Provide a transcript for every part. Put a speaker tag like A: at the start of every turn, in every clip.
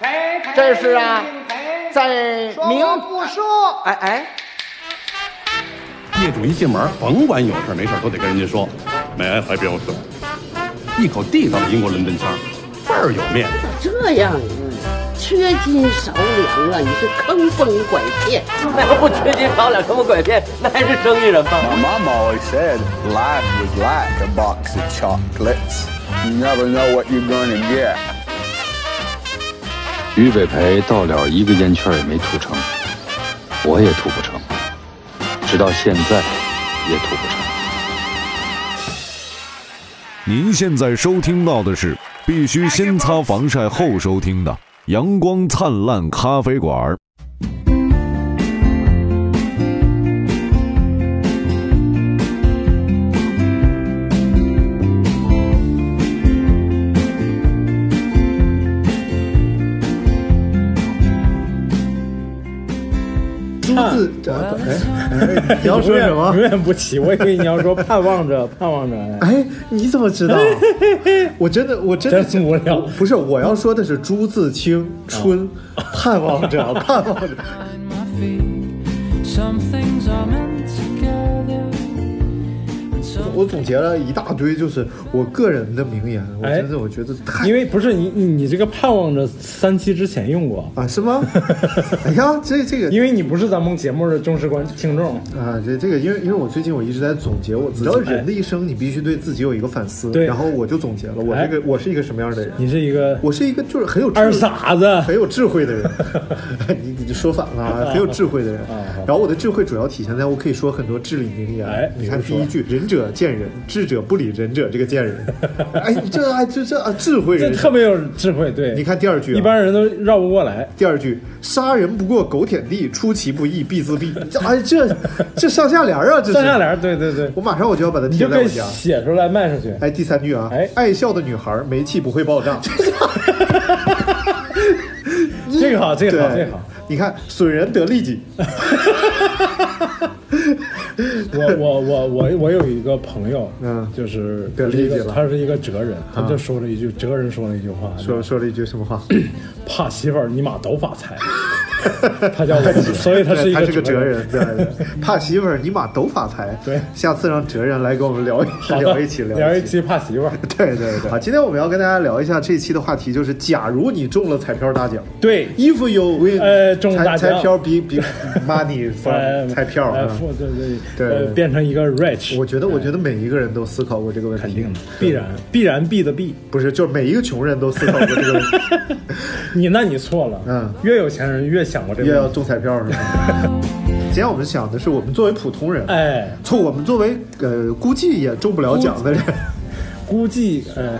A: 赔赔
B: 这是啊
A: 赔
B: 在
A: 说
B: 明
A: 我不说，
B: 哎哎，
C: 业主一进门，甭管有事没事都得跟人家说，May 哎 I help you？一口地道的英国伦敦腔，倍儿有面子。
D: 这样啊，缺斤少两啊，你是坑蒙拐骗。
E: 那不缺斤少两，什么拐骗？那还是生意人吗？
F: My mom always said life was like a box of chocolates. You never know what you're gonna get.
G: 俞北培到了一个烟圈也没吐成，我也吐不成，直到现在也吐不成。
H: 您现在收听到的是必须先擦防晒后收听的《阳光灿烂咖啡馆》。
I: 朱自这哎，嗯你要说什么
J: 永？远不起，我以为你要说盼望着，盼望着，
I: 哎，你怎么知道？我真的，我真的
J: 真无聊
I: 不是，我要说的是朱自清《春》，盼望 着，盼望着。
K: Find my feet. Some things are meant together. And some
I: 我总结了一大堆，就是我个人的名言。我
J: 哎
I: 真的，我觉得太
J: 因为不是你你你这个盼望着三期之前用过，
I: 啊，是吗？哎呀，这这个
J: 因为你不是咱们节目的忠实观听众，
I: 啊，这这个，因为因为我最近我一直在总结我自己，你知道人的一生，你必须对自己有一个反思。
J: 对
I: 然后我就总结了，我
J: 哎
I: 这个我是一个什么样的人？
J: 你是一个
I: 我是一个就是很有智
J: 二傻子，
I: 很有智慧的 人，哎你你就说反了啊，很有智慧的人。然后我的智慧主要体现在我可以说很多至理名言。
J: 哎
I: 你看第一句“仁者见仁，智者不理仁者”，这个 见仁，哎，这还这这啊，智慧
J: 这
I: 人
J: 特别有智慧，对，
I: 你看第二句啊
J: 一般人都绕不过来，
I: 第二句“杀人不过狗舔地，出其不意必自毙”，这哎 这这上下联啊，这是
J: 上下。联，对对对，
I: 我马上我就要把它
J: 你
I: 贴
J: 就
I: 在
J: 可以
I: 我家。
J: 写出来卖出去，
I: 哎，第三句啊，
J: 哎
I: 爱笑的女孩煤气不会 爆炸。
J: 这个好，这个好，
I: 对
J: 这个好，
I: 你看损人得利己，
J: 我我我我我有一个朋友，
I: 嗯
J: 就是
I: 对理解了嗯
J: 他是一个哲人，他就说了一句哲人说了一句话，
I: 说说了一句什么话？
J: 怕媳妇儿尼玛都发 财，他叫我， 所以他是一
I: 哎
J: 个
I: 对他是个哲
J: 人。
I: 人，对，对 怕媳妇儿尼玛都发财。
J: 对
I: 下次让哲人来跟我们聊一
J: 好的
I: 聊一起
J: 聊
I: 一
J: 一。期怕媳妇儿。
I: 对对对，啊，今天我们要跟大家聊一下这一期的话题，就是假如你中了彩票大奖
J: 对，
I: ，If you win，
J: 呃中了
I: 彩
J: 大奖
I: 彩票 b b money
J: 呃
I: from 彩票
J: 呃，
I: 嗯
J: 富对对
I: 对
J: 呃
I: 对
J: 变成一个 rich，
I: 我觉得，我觉得每一个人都思考过这个问题，
J: 肯定的，必然必然必的必。
I: 不是，就是每一个穷人都思考过这个问题，
J: 你那你错了，
I: 嗯，
J: 越有钱人越想过这
I: 又
J: 个
I: 要
J: 问题。
I: 中彩票是吧？今天我们想的是，我们作为普通人，
J: 哎，
I: 从我们作为呃估计也中不了奖的人，
J: 估计呃，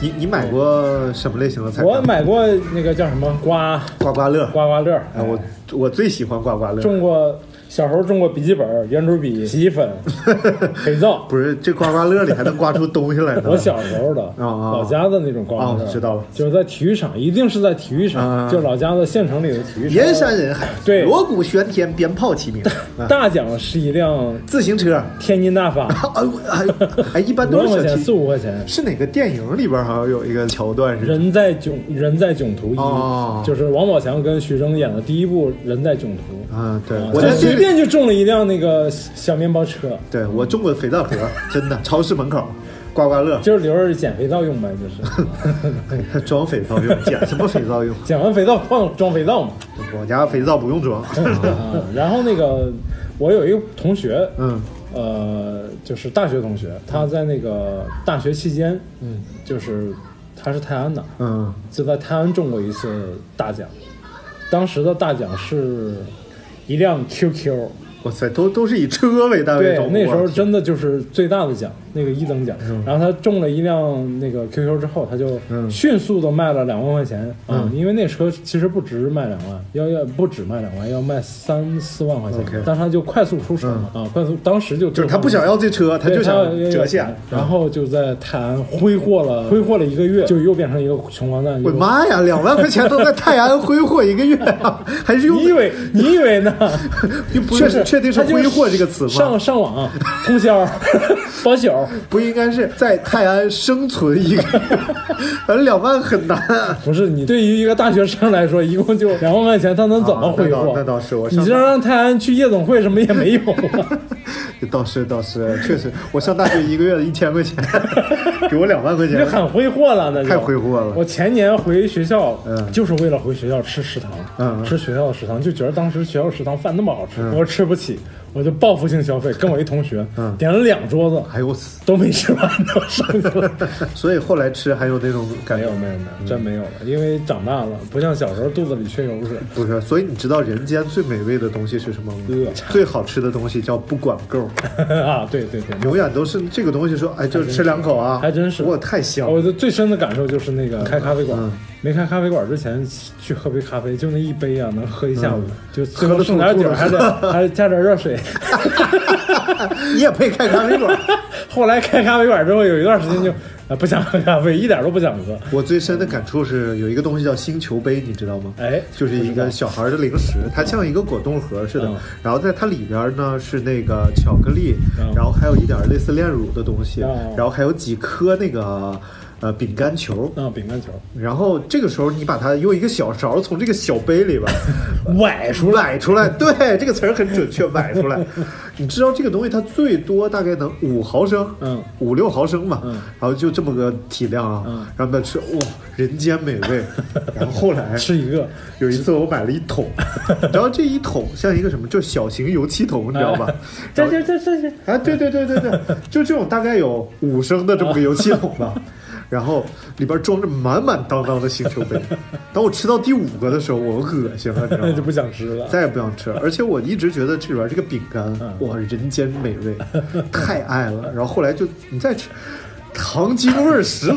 I: 你你买过什么类型的彩票？
J: 我买过那个叫什么刮
I: 刮刮乐。
J: 刮刮乐，
I: 哎，我我最喜欢刮刮 乐。
J: 中过小时候中过笔记本、圆珠笔、洗衣 粉、肥皂，
I: 不是这刮刮乐里还能刮出东西来呢。
J: 我小时候的
I: 啊啊
J: 老家的那种刮刮乐，
I: 哦知道了
J: 就是在体育场，一定是在体育场，
I: 啊
J: 就老家的县城里的体育场。
I: 人山人海，
J: 对
I: 锣鼓喧天，鞭炮齐鸣，啊
J: 大奖是一辆
I: 自行车。
J: 天津大 法，
I: 哎我哎哎，一般
J: 五
I: 都
J: 万
I: 是
J: 块
I: 小
J: 钱，四
I: 提。
J: 五块钱。
I: 是哪个电影里边好像有一个桥段是？
J: 人在囧，人在囧途一，
I: 哦
J: 就是王宝强跟徐峥演的第一部《人在囧途》
I: 啊，对，
J: 啊
I: 我
J: 就
I: 在
J: 随
I: 这里，
J: 便就中了一辆那个小面包车，
I: 对我中过肥皂盒， 真的，超市门口刮刮乐
J: 就是留着捡肥皂用呗，就是
I: 装肥皂用，捡什么肥皂用？
J: 捡完肥皂放装肥皂嘛。
I: 我家肥皂不用装。
J: 啊，然后那个我有一个同学，
I: 嗯，
J: 呃，就是大学同学，他在那个大学期间，嗯，就是他是泰安的，
I: 嗯，
J: 就在泰安中过一次大奖，当时的大奖是一辆 QQ，
I: 哇塞，都都是以车为单位
J: 对
I: 中，
J: 那时候
I: 我
J: 真的就是最大的奖，
I: 嗯
J: 那个一等奖。然后他中了一辆那个 QQ 之后，他就迅速的卖了两万块钱啊、
I: 嗯
J: 因为那车其实不值卖两万，要要不止卖两万，要卖三四万块钱
I: OK。嗯
J: 但是他就快速出手嘛、啊，快速，当时就
I: 就是他不想要这车，他
J: 对
I: 就想
J: 要要
I: 折现
J: 钱。然后就在泰安挥霍了挥霍了一个月，就又变成一个穷光蛋。
I: 我
J: 又
I: 的妈呀，两万块钱都在泰安挥霍一个月啊，还是用
J: 你以为你以为呢？
I: 确实确定是
J: 他就
I: 挥霍这个词吗
J: 啊 上上网通宵，包宿，
I: 不应该是在泰安生存一个，反正两万很难。啊
J: 不是你对于一个大学生来说，一共就两万块钱，他能怎么挥霍？
I: 啊那倒那倒是我上
J: 你就让泰安去夜总会什么也没有 啊。
I: 倒是倒是，确实，我上大学一个月一千块钱， 给我两万块
J: 你就
I: 钱，
J: 很挥霍了，那就
I: 太挥霍了
J: 我前年回学校，
I: 嗯
J: 就是为了回学校吃食堂，
I: 嗯嗯
J: 吃学校的食堂，就觉得当时学校食堂饭那么好吃，我吃不起，我就报复性消费，跟我一同学、
I: 嗯
J: 点了两桌子，
I: 哎呦我死！
J: 都没吃完，都剩下了。
I: 所以后来吃还有那种感
J: 没有
I: 觉，
J: 没有没有，真没有了，因为长大了，不像小时候肚子里缺油水。
I: 不是？所以你知道人间最美味的东西是什么吗
J: 饿？
I: 最好吃的东西叫不管够，
J: 啊，对对对，
I: 永远都是这个东西说，哎，就吃两口啊，
J: 还真是哦
I: 哇，太香
J: 我
I: 了。
J: 的最深的感受就是那个开咖啡馆，
I: 嗯
J: 没开咖啡馆之前去喝杯咖啡，就那一杯啊，能喝一下午，
I: 嗯
J: 就最后剩点酒，
I: 喝
J: 还
I: 得吐
J: 得 还得加点热水。
I: 你也配开咖啡馆？
J: 后来开咖啡馆之后，有一段时间 就啊不想喝咖啡，一点都不想喝。
I: 我最深的感触是有一个东西叫星球杯，你知道吗？
J: 哎
I: 就是一个小孩的零食，它像一个果冻盒似的
J: 嗯，
I: 然后在它里边呢是那个巧克力
J: 嗯，
I: 然后还有一点类似炼乳的东西
J: 哦，
I: 然后还有几颗那个呃饼干球。
J: 啊，饼干球
I: 然后这个时候，你把它用一个小勺从这个小杯里边
J: 崴出来，
I: 崴出来，对，这个词儿很准确，崴出来。 你知道这个东西它最多大概能五毫升，
J: 嗯
I: 五六毫升吧，
J: 嗯
I: 然后就这么个体量啊，
J: 嗯
I: 然后把它吃，哇，人间美 味。然后后来
J: 吃一个，
I: 有一次我买了一 桶，然后这一桶像一个什么，就是小型油漆桶，你知 道吧？然
J: 这
I: 后
J: 这这这这，
I: 啊，对对对对对，就这种大概有五升的这么个油漆 桶吧，然后里边装着满满当当的星球杯。当我吃到第五个的时候，我恶心了，你知道
J: 那
I: 吗？
J: 就不想吃了。
I: 再也不想吃了。而且我一直觉得这里边这个饼干，
J: 嗯
I: 哇，人间美味，太爱了。然后后来就你再吃，糖精味儿十足，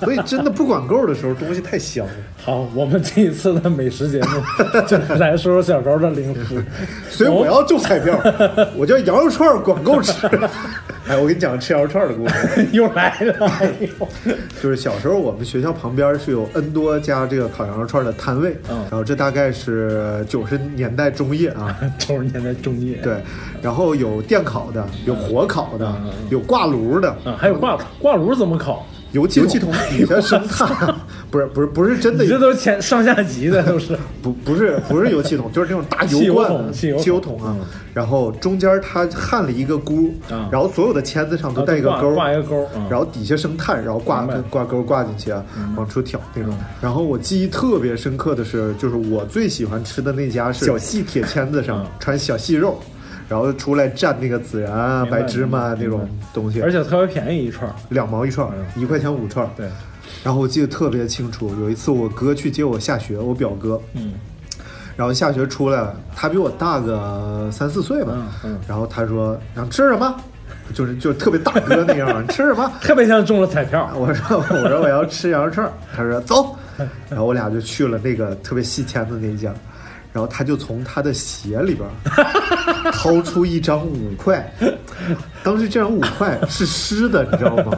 I: 所以真的不管够的时候，东西太香了。
J: 好，我们这一次的美食节目 就来说说小高的零食。
I: 所以我要中彩 票，我叫羊肉串儿管够吃。
J: 哦
I: 哎，我给你讲个吃羊肉串儿的故事。
J: 又来了，哎呦，
I: 就是小时候我们学校旁边是有 N 多家这个烤羊肉串的摊位，
J: 嗯
I: 然后这大概是九十年代中叶啊，
J: 九十年代中叶，
I: 对，然后有电烤的，有火烤的，有挂炉的，
J: 啊，还有挂挂炉怎么烤？
I: 油漆油漆桶底下生炭， 不是不是不是真的
J: 你，这都是前上下级的，都是
I: 不不是不是 油漆桶，就是那种大
J: 汽油
I: 罐
J: 桶汽油桶嗯
I: 汽油桶啊，然后中间它焊了一个箍
J: 啊，
I: 然后所有的签子上都带一个
J: 啊都
I: 钩，
J: 挂挂一个钩啊
I: 然后底下生炭，然后挂
J: 明白嗯
I: 挂钩挂进去啊，往出挑那种。然后我记忆特别深刻的是，就是我最喜欢吃的那家是小细铁签子
J: 嗯
I: 上穿小细肉。然后出来蘸那个孜然啊、
J: 明白
I: 白芝麻啊
J: 明
I: 那
J: 白
I: 种东西，
J: 而且特别便宜一串儿。
I: 两毛一串儿，一块钱五串儿。
J: 嗯对，
I: 然后我记得特别清楚，有一次我哥去接我下学，我表哥，
J: 嗯，
I: 然后下学出来了，他比我大个三四岁吧，
J: 嗯嗯
I: 然后他说想吃什么，就是就是特别大哥那样儿，你吃什么？
J: 特别像中了彩票，
I: 我说 我说我要吃羊肉串儿，他说走，然后我俩就去了那个特别细签的那一家，然后他就从他的鞋里边儿 掏出一张五块，当时这张五块是湿的，你知道吗？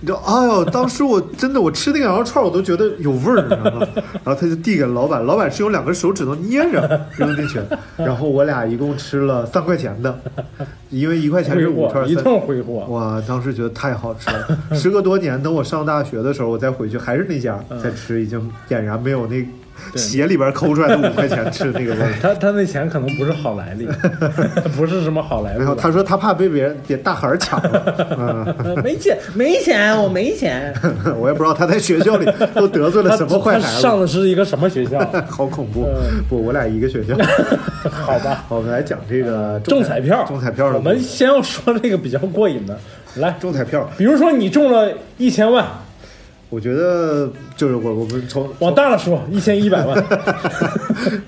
I: 你知道，哎呦，当时我真的我吃那个羊肉串儿我都觉得有味儿，你知道吗？然后他就递给老板，老板是用两根手指头捏着扔进去，然后我俩一共吃了三块钱的，因为一块钱
J: 挥
I: 是五
J: 霍
I: 串儿，
J: 一
I: 三
J: 顿挥霍。
I: 哇，当时觉得太好吃了。 时隔多年，等我上大学的时候，我再回去还是那家再吃，已经俨然没有那鞋里边抠出来的五块钱吃的那个 味儿。
J: 他他那钱可能不是好来 历，不是什么好来历
I: 然后。他说他怕被别人别大孩儿抢 了，
J: 呃没钱，没钱，我没钱。
I: 嗯， 我也不知道他在学校里都得罪了
J: 他
I: 什么坏
J: 他
I: 孩
J: 上
I: 子，
J: 的是一个什么学校？
I: 好恐怖
J: 嗯！
I: 不，我俩一个学校。
J: 好 吧，嗯
I: 我们来讲这个
J: 中彩票，
I: 中彩票的
J: 我
I: 故事。
J: 们先要说这个比较过瘾的，来，
I: 中彩票，
J: 比如说你中了一千万，
I: 我觉得就是我我们从
J: 往大了说，一千一百万，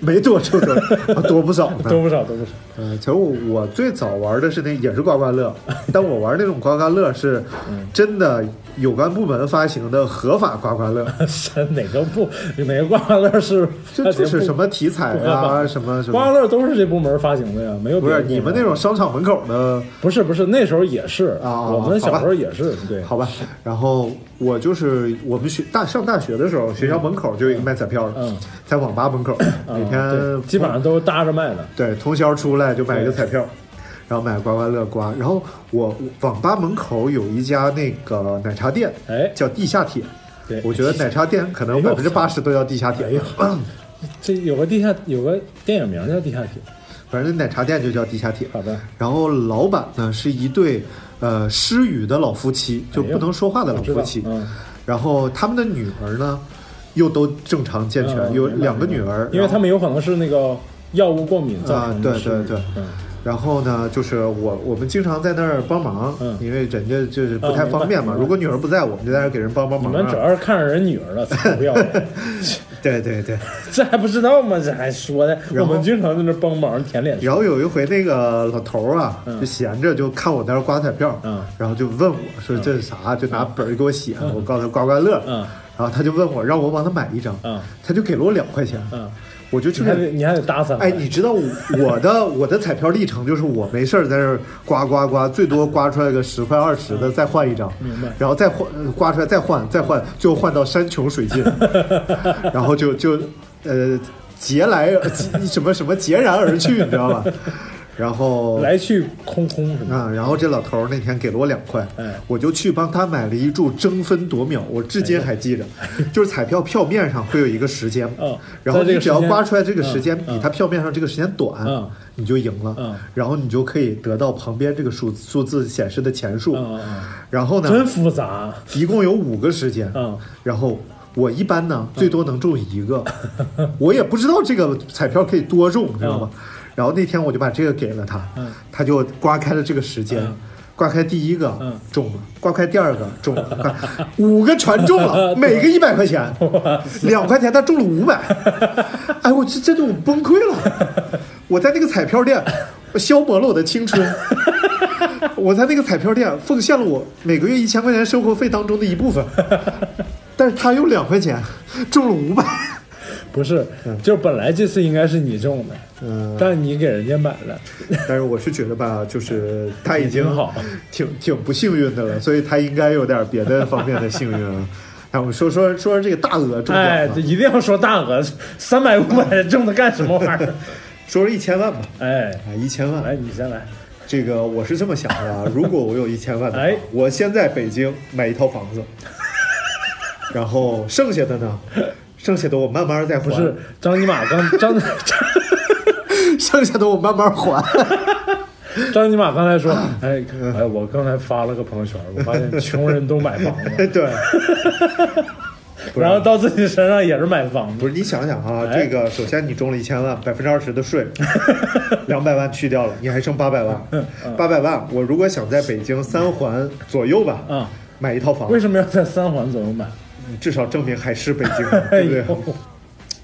I: 没多出多多不少呢，
J: 多不少，多不少。
I: 嗯，其实我我最早玩的是那也是刮刮乐， 但我玩那种刮刮乐是
J: 嗯
I: 真的有关部门发行的合法刮刮 乐，
J: 是哪个部哪个刮刮乐是
I: 就就是什么题材
J: 不合法
I: 啊，什么什
J: 刮刮
I: 么，
J: 乐都是这部门发行的呀，没有
I: 不
J: 别
I: 是
J: 的
I: 你
J: 部
I: 们
J: 门
I: 那种商场门口的，
J: 不是不是那时候也是
I: 啊
J: 我们小时
I: 好
J: 候
I: 吧
J: 也是对，
I: 好吧？然后我就是我们学大上大学的时候，学校门口就有一个卖彩票的
J: 嗯，
I: 在网吧门口，每
J: 嗯
I: 天
J: 对基本上都搭着卖的，
I: 对通宵出来就买一个彩票。然后买刮刮乐刮。然后我网吧门口有一家那个奶茶店，
J: 哎
I: 叫地下铁。
J: 对
I: 我觉得奶茶店可能
J: 哎
I: 百
J: 呦
I: 分之八十都叫地下铁，
J: 哎呦这有个地下有个电影名叫《地下铁》，
I: 反正奶茶店就叫地下铁。
J: 好的，
I: 然后老板呢是一对呃失语的老夫妻，就
J: 哎呦
I: 不能说话的老夫妻。
J: 我知道嗯
I: 然后他们的女儿呢，又都正常健全，
J: 嗯
I: 有
J: 明白
I: 两个女儿，
J: 因为他
I: 然后
J: 们有可能是那个药物过敏造
I: 啊
J: 成，的
I: 对
J: 失
I: 对
J: 忆，
I: 对。
J: 嗯
I: 然后呢，就是我我们经常在那儿帮忙，
J: 嗯
I: 因为人家就是不
J: 啊
I: 太
J: 明白
I: 方便嘛。
J: 明白
I: 如果女儿不在，我们就在那儿给人帮帮
J: 你
I: 忙、啊。
J: 们主要是看上人女儿了，才不要 脸，
I: 对对对。
J: 这还不知道吗？这还说呢？
I: 然
J: 我
I: 后
J: 们经常在那帮忙舔脸
I: 然后有一回，那个老头儿啊，就闲着，就看我在那儿刮彩票，
J: 嗯
I: 然后就问我说这是啥，就拿本儿给我写，我告诉他刮刮乐，
J: 嗯
I: 然后他就问我让我帮他买一张，
J: 嗯
I: 他就给了我两块钱，
J: 嗯，
I: 我就去
J: 你还得
I: 那。
J: 你还得搭讪，
I: 哎，你知道我我的我的彩票历程就是我没事儿在这儿刮刮刮，最多刮出来个十块二十的，再换一张，
J: 明白
I: 然后再换呃刮出来再换再换，最后换到山穷水 尽，然后就就呃劫来劫什么什么截然而去，你知道吧？然后
J: 来去空空什么的？
I: 啊，然后这老头儿那天给了我两块，
J: 哎
I: 我就去帮他买了一注争分夺秒，我至今还记着， 就是彩票票面上会有一个时间，
J: 哎哦
I: 然后
J: 在这
I: 你
J: 个
I: 只要
J: 时间
I: 刮出来这个时间
J: 嗯
I: 比
J: 嗯
I: 他票面上这个时间短，
J: 嗯
I: 你就赢了，
J: 嗯
I: 然后你就可以得到旁边这个数数字显示的钱数，
J: 嗯嗯嗯
I: 然后呢，
J: 真复杂，
I: 一共有五个时间，
J: 嗯
I: 然后我一般呢最多能中一 个，我也不知道这个彩票可以多中，你知道吗？然后那天我就把这个给了他，
J: 嗯
I: 他就刮开了这个时间。刮开第一个、
J: 嗯
I: 中了，刮开第二个中了， 刮五个全 中了，每个一百块钱，两块钱他中了五百，哎，我这真的我崩溃了，我在那个彩票店，我消磨了我的青春。 我在那个彩票店奉献了我每个月一千块钱生活费当中的一部分，但是他用两块钱中了五百，
J: 不是，就是本来这次应该是你中的，
I: 嗯
J: 但你给人家买了，
I: 但是我是觉得吧，就是他已经
J: 挺好，
I: 挺挺不幸运的了，所以他应该有点别的方面的幸运了。哎，我们说说说说这个大额中奖吧，
J: 哎，这一定要说大额，三百五百中的干什么玩意儿？
I: 说说一千万吧，
J: 哎，
I: 啊，一千
J: 来
I: 万，
J: 你先来，
I: 这个我是这么想的， 啊，如果我有一千万的话，
J: 哎
I: 我先在北京买一套房 子，然后剩下的呢，剩下的我慢慢再还。
J: 不是张尼玛刚 张
I: 剩下的我慢慢还。
J: 张尼玛刚 才说，哎
I: 嗯
J: 哎，我刚才发了个朋友圈，我发现穷人都买房了，
I: 对，啊 不是
J: 然后到自己身上也是买房
I: 不
J: 子，
I: 是你想想啊，
J: 哎
I: 这个首先你中了一千万，百分之二十 的税，两百万去掉了，你还剩八百万。
J: 嗯
I: 八百万，我如果想在北京三环左右吧，
J: 啊
I: 买一套房，
J: 为什么要在三环左右买？
I: 至少证明还是北 京人，对不对
J: 哎呦？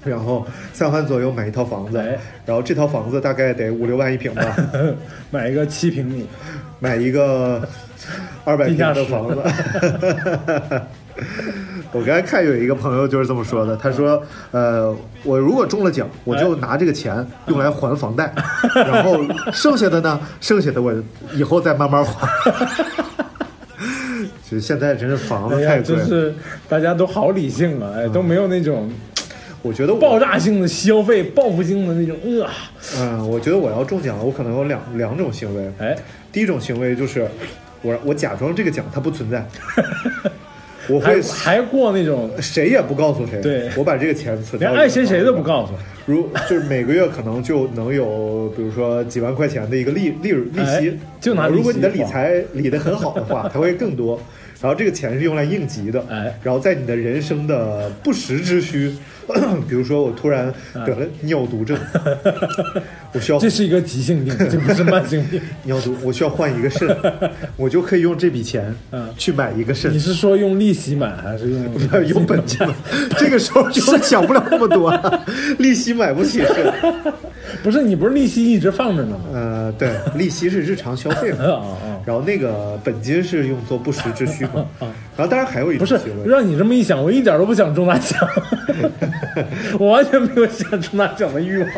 I: 然后三环左右买一套房子
J: 哎，
I: 然后这套房子大概得五六万一平 吧，
J: 买一个七平米，
I: 买一个二百平
J: 地下
I: 的
J: 室
I: 房子。 我刚才看有一个朋友就是这么说的，他说：“呃，我如果中了
J: 哎
I: 奖，我就拿这个钱用来还房贷， 然后剩下的呢，剩下的我以后再慢慢还。” 就现在真是房
J: 哎
I: 子
J: 呀，
I: 太
J: 就
I: 贵嗯了，
J: 是大家都好理性啊，哎，都没有那种
I: 我觉得我
J: 爆炸性的消费、报复性的那种，呃，
I: 嗯，我觉得我要中奖，我可能有两两种行为。
J: 哎，
I: 第一种行为就是我我假装这个奖它不存 在，我
J: 还
I: 会
J: 还过那种
I: 谁也不告诉谁，
J: 对
I: 我把这个钱存到
J: 连
I: 我的
J: 爱谁谁都不
I: 账户
J: 告诉，
I: 里。如就是每个月可能就能有，比如说几万块钱的一个利利利息，
J: 哎就拿利息
I: 如果你的理
J: 花
I: 财理得很好的 话，它会更多。然后这个钱是用来应急的，
J: 哎
I: 然后在你的人生的不时之需， 比如说我突然得了尿毒 症，我需要
J: 这是一个急性病，这不是慢性 病。
I: 尿毒，我需要换一个 肾，我就可以用这笔钱
J: 嗯
I: 去买一个肾
J: 你。是说用利息买还是用
I: 用本金买，这个时候就想不了那么多 了，利息买不起肾。
J: 不是你不是利息一直放着呢吗？
I: 呃，对，利息是日常消费嘛
J: 啊， 啊！
I: 然后那个本金是用作不时之需 嘛。然后当然还有一
J: 不
I: 种
J: 是
I: 行，为，
J: 让你这么一想，我一点都不想中大奖，我完全没有想中大奖的欲望，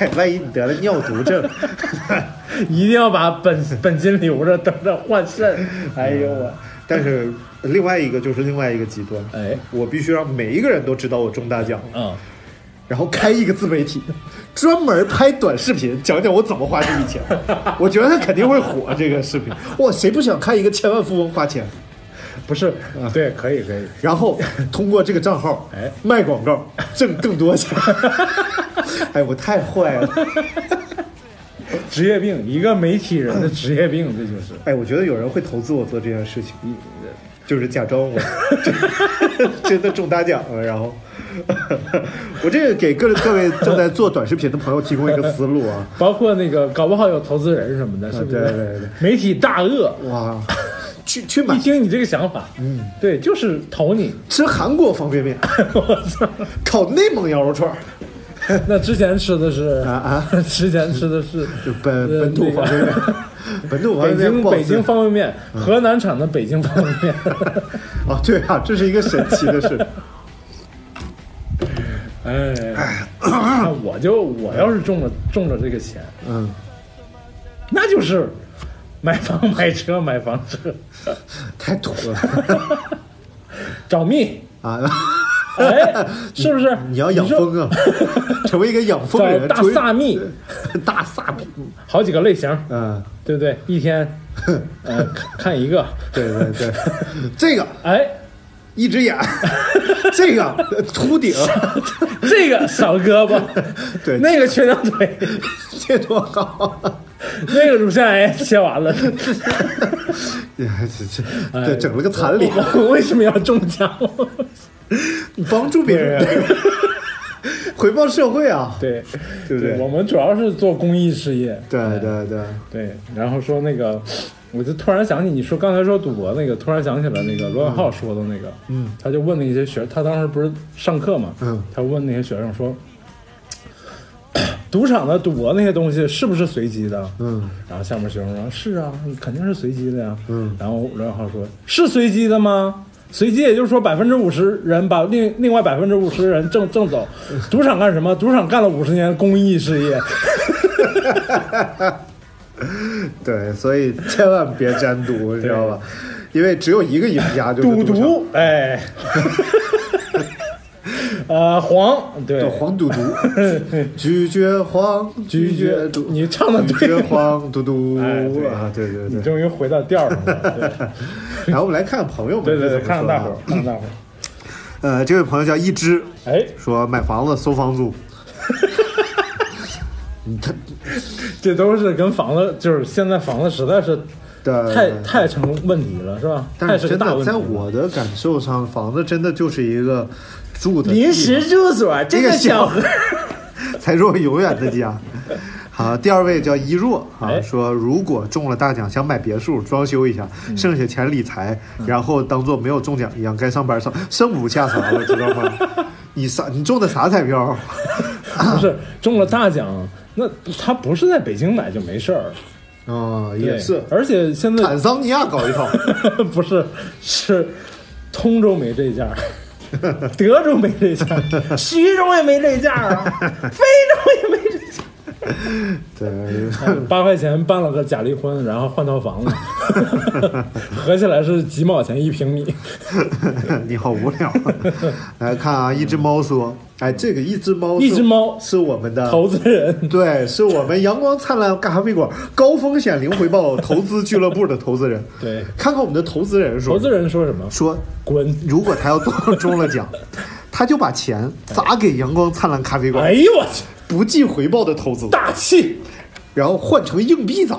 I: 哎万一你得了尿毒症，
J: 一定要把本本金留着，等着换肾。哎呦我，
I: 但是另外一个就是另外一个极端，
J: 哎，
I: 我必须让每一个人都知道我中大奖了。
J: 嗯，
I: 然后开一个自媒体，专门拍短视频，讲讲我怎么花这笔 钱。我觉得他肯定会火这个视频。哇，谁不想看一个千万富翁花钱？啊
A: 不是，对，可以可以，
I: 然后通过这个账号，
A: 哎
I: 卖广告挣更多钱。 哎，我太坏了。
J: 职业病，一个媒体人的职业病，这就是。
I: 哎，我觉得有人会投资我做这件事情，
J: 嗯
I: 就是假装我真真的中大奖了，然后我这个给各各位正在做短视频的朋友提供一个思路啊，
J: 包括那个，搞不好有投资人什么的，是不是？
I: 对对对，
J: 媒体大鳄，
I: 哇，去去
J: 一
I: 买
J: 听你这个想法，嗯，对，就是投你。
I: 吃韩国方便面，
J: 我操！
I: 烤内蒙羊肉串儿，
J: 那之前吃的是
I: 啊
J: 之前吃的是
I: 就本
J: 呃
I: 本土
J: 那个
I: 方便面，本土方
J: 北
I: 便面
J: 京
I: 不好
J: 北
I: 吃
J: 京方便面，
I: 嗯
J: 河南产的北京方便面。
I: 啊，对啊，这是一个神奇的事。
J: 哎，那哎我就我要是中了中了这个钱，
I: 嗯，
J: 那就是买房买车买房车，
I: 太土 了
J: 找 蜜，
I: 啊！
J: 哎，是不是？
I: 你要养
J: 说
I: 蜂啊， 成为一个养蜂
J: 找
I: 人，
J: 大
I: 出于
J: 萨蜜，
I: 大萨比，
J: 好几个类型，
I: 嗯，
J: 对不对？一天，呃，看看一个，
I: 对对对，嗯 这个
J: 哎，
I: 一 只眼，这个呃秃顶，
J: 这个少胳膊，
I: 对
J: 那个缺两腿，
I: 这多好！啊
J: 那个乳腺癌切完了，
I: 呀这 这
J: 哎
I: 对，整了个残脸，
J: 我我为什么要中奖？
I: 你帮助别人， 回报社会啊！
J: 对，
I: 对不对
J: 我哎们主要是做公益事业，
I: 对对对，
J: 对。然后说那个，我就突然想起你说刚才说赌博那个，突然想起来那个罗永浩说的那个，嗯，他就问那些学，他当时不是上课嘛，
I: 嗯，
J: 他问那些学生说，赌场的赌博那些东西是不是随机的？
I: 嗯，
J: 然后下面学生说：“是啊，肯定是随机的呀。”
I: 嗯
J: 然后罗永浩说：“是随机的吗？随机也就是说百分之五十人把另另外百分之五十人挣挣走。赌场干什么？赌场干了五十年公益事业。
I: 对，所以千万别沾毒，你知道吧？因为只有一个赢家就是
J: 赌
I: 赌场
J: 毒， 哎，呃，黄对
I: 对，黄赌毒，拒绝黄，拒绝赌，
J: 你唱得对
I: 拒绝黄赌毒
J: 哎对
I: 啊！对对
J: 你
I: 对。
J: 终于回到调上 了。
I: 然后我们来看看朋友们
J: 对对对
I: 是
J: 对，
I: 怎么
J: 看看
I: 说的
J: 大
I: 啊
J: 伙儿，看看大伙儿。
I: 呃，这位朋友叫一只，
J: 哎，
I: 说买房子收房租，
J: 这都是跟房子，就是现在房子实在是
I: 对
J: 太太成问题了，是吧？太
I: 呃但是
J: 个
I: 真
J: 大
I: 的，
J: 问题
I: 在
J: 了。
I: 我的感受上，房子真的就是一个住的
A: 临
I: 地
A: 时住
J: 啊
A: 所，这
I: 这个
A: 个小
I: 小 才是我永远的家。好，第二位叫一若啊，
J: 哎
I: 说如果中了大奖，想买别墅装修一下，
J: 嗯
I: 剩下钱理财，然后当做没有中奖一样，该上班上，升不下啥了，知道吗？ 你啥？你中的啥彩票？
J: 不 是中了大奖，那他不是在北京买就没事儿，
I: 啊，
J: 对
I: 也是，
J: 而且现在
I: 坦桑尼亚搞一 套，
J: 不是是通州没这价儿， 德州没这价儿，徐州也没这价儿啊， 非洲也没这价
I: 对，
J: 儿。八块钱办了个假离婚，然后换套房子， 合起来是几毛钱一平 米。
I: 你好无聊。来看啊，一只猫说，哎，这个一只猫是，
J: 一只猫
I: 是我们的
J: 投资人
I: 对，是我们阳光灿烂咖啡馆高风险零回报投资俱乐部的投资人。
J: 对
I: 看看我们的投资人说，
J: 投资人说什么？
I: 说，
J: 滚！
I: 如果他要中中了奖，他就把钱砸给阳光灿烂咖啡馆，
J: 哎呦我去，
I: 不计回报的投资，
J: 大气！
I: 然后换成硬币砸，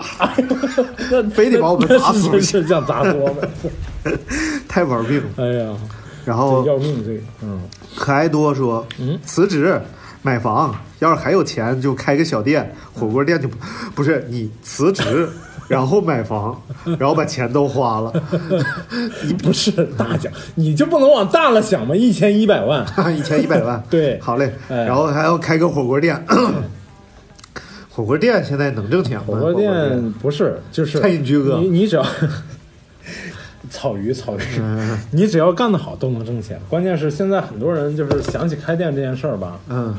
J: 那
I: 非得把我们砸死
J: 真是想砸死我们！
I: 太玩命了。
J: 哎呀，这
I: 然后
J: 要命这个，嗯。
I: 可爱多说，辞职。买房，要是还有钱就开个小店，火锅店就不不是你辞职， 然后买房，然后把钱都花了，
J: 你不是大奖，你就不能往大了想吗？一千一百万，
I: 啊一千一百万，
J: 对
I: 好嘞，
J: 哎
I: 然后还要开个火 锅店，火锅店现在能挣钱吗？
J: 火锅店不是就是
I: 餐饮巨鳄
J: 你你只要 草鱼草鱼，
I: 嗯
J: 你只要干得好都能挣钱。关键是现在很多人就是想起开店这件事儿吧，
I: 嗯，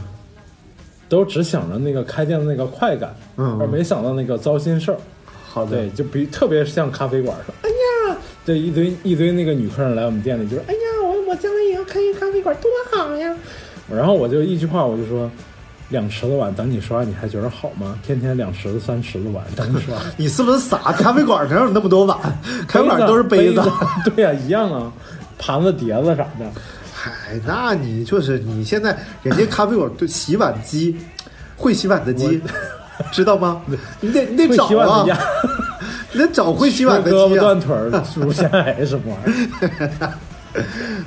J: 都只想着那个开店的那个快感，
I: 嗯
J: 而没想到那个糟心事儿。
I: 好的
J: 对，，就比特别像咖啡馆说，哎呀，这一堆一堆那个女客人来我们店里就说，哎呀，我我将来也要开一个咖啡馆，多好呀！然后我就一句话我就说。两池子碗等你刷，你还觉得好吗？天天两池子、三池子碗等你刷，
I: 你是不是傻？咖啡馆哪有那么多碗？咖啡馆都是
J: 杯
I: 子。
J: 对呀、一样啊，盘子、碟子啥的。
I: 嗨，哎那你就是你现在人家咖啡馆对洗碗机，会洗碗的机，知 道吗？你得你得
J: 会
I: 找
J: 洗碗
I: 啊
J: 的呀，
I: 你得找会洗碗 的
J: 胳
I: 机
J: 膊
I: 啊
J: 断。腿儿、乳腺癌什么玩意儿？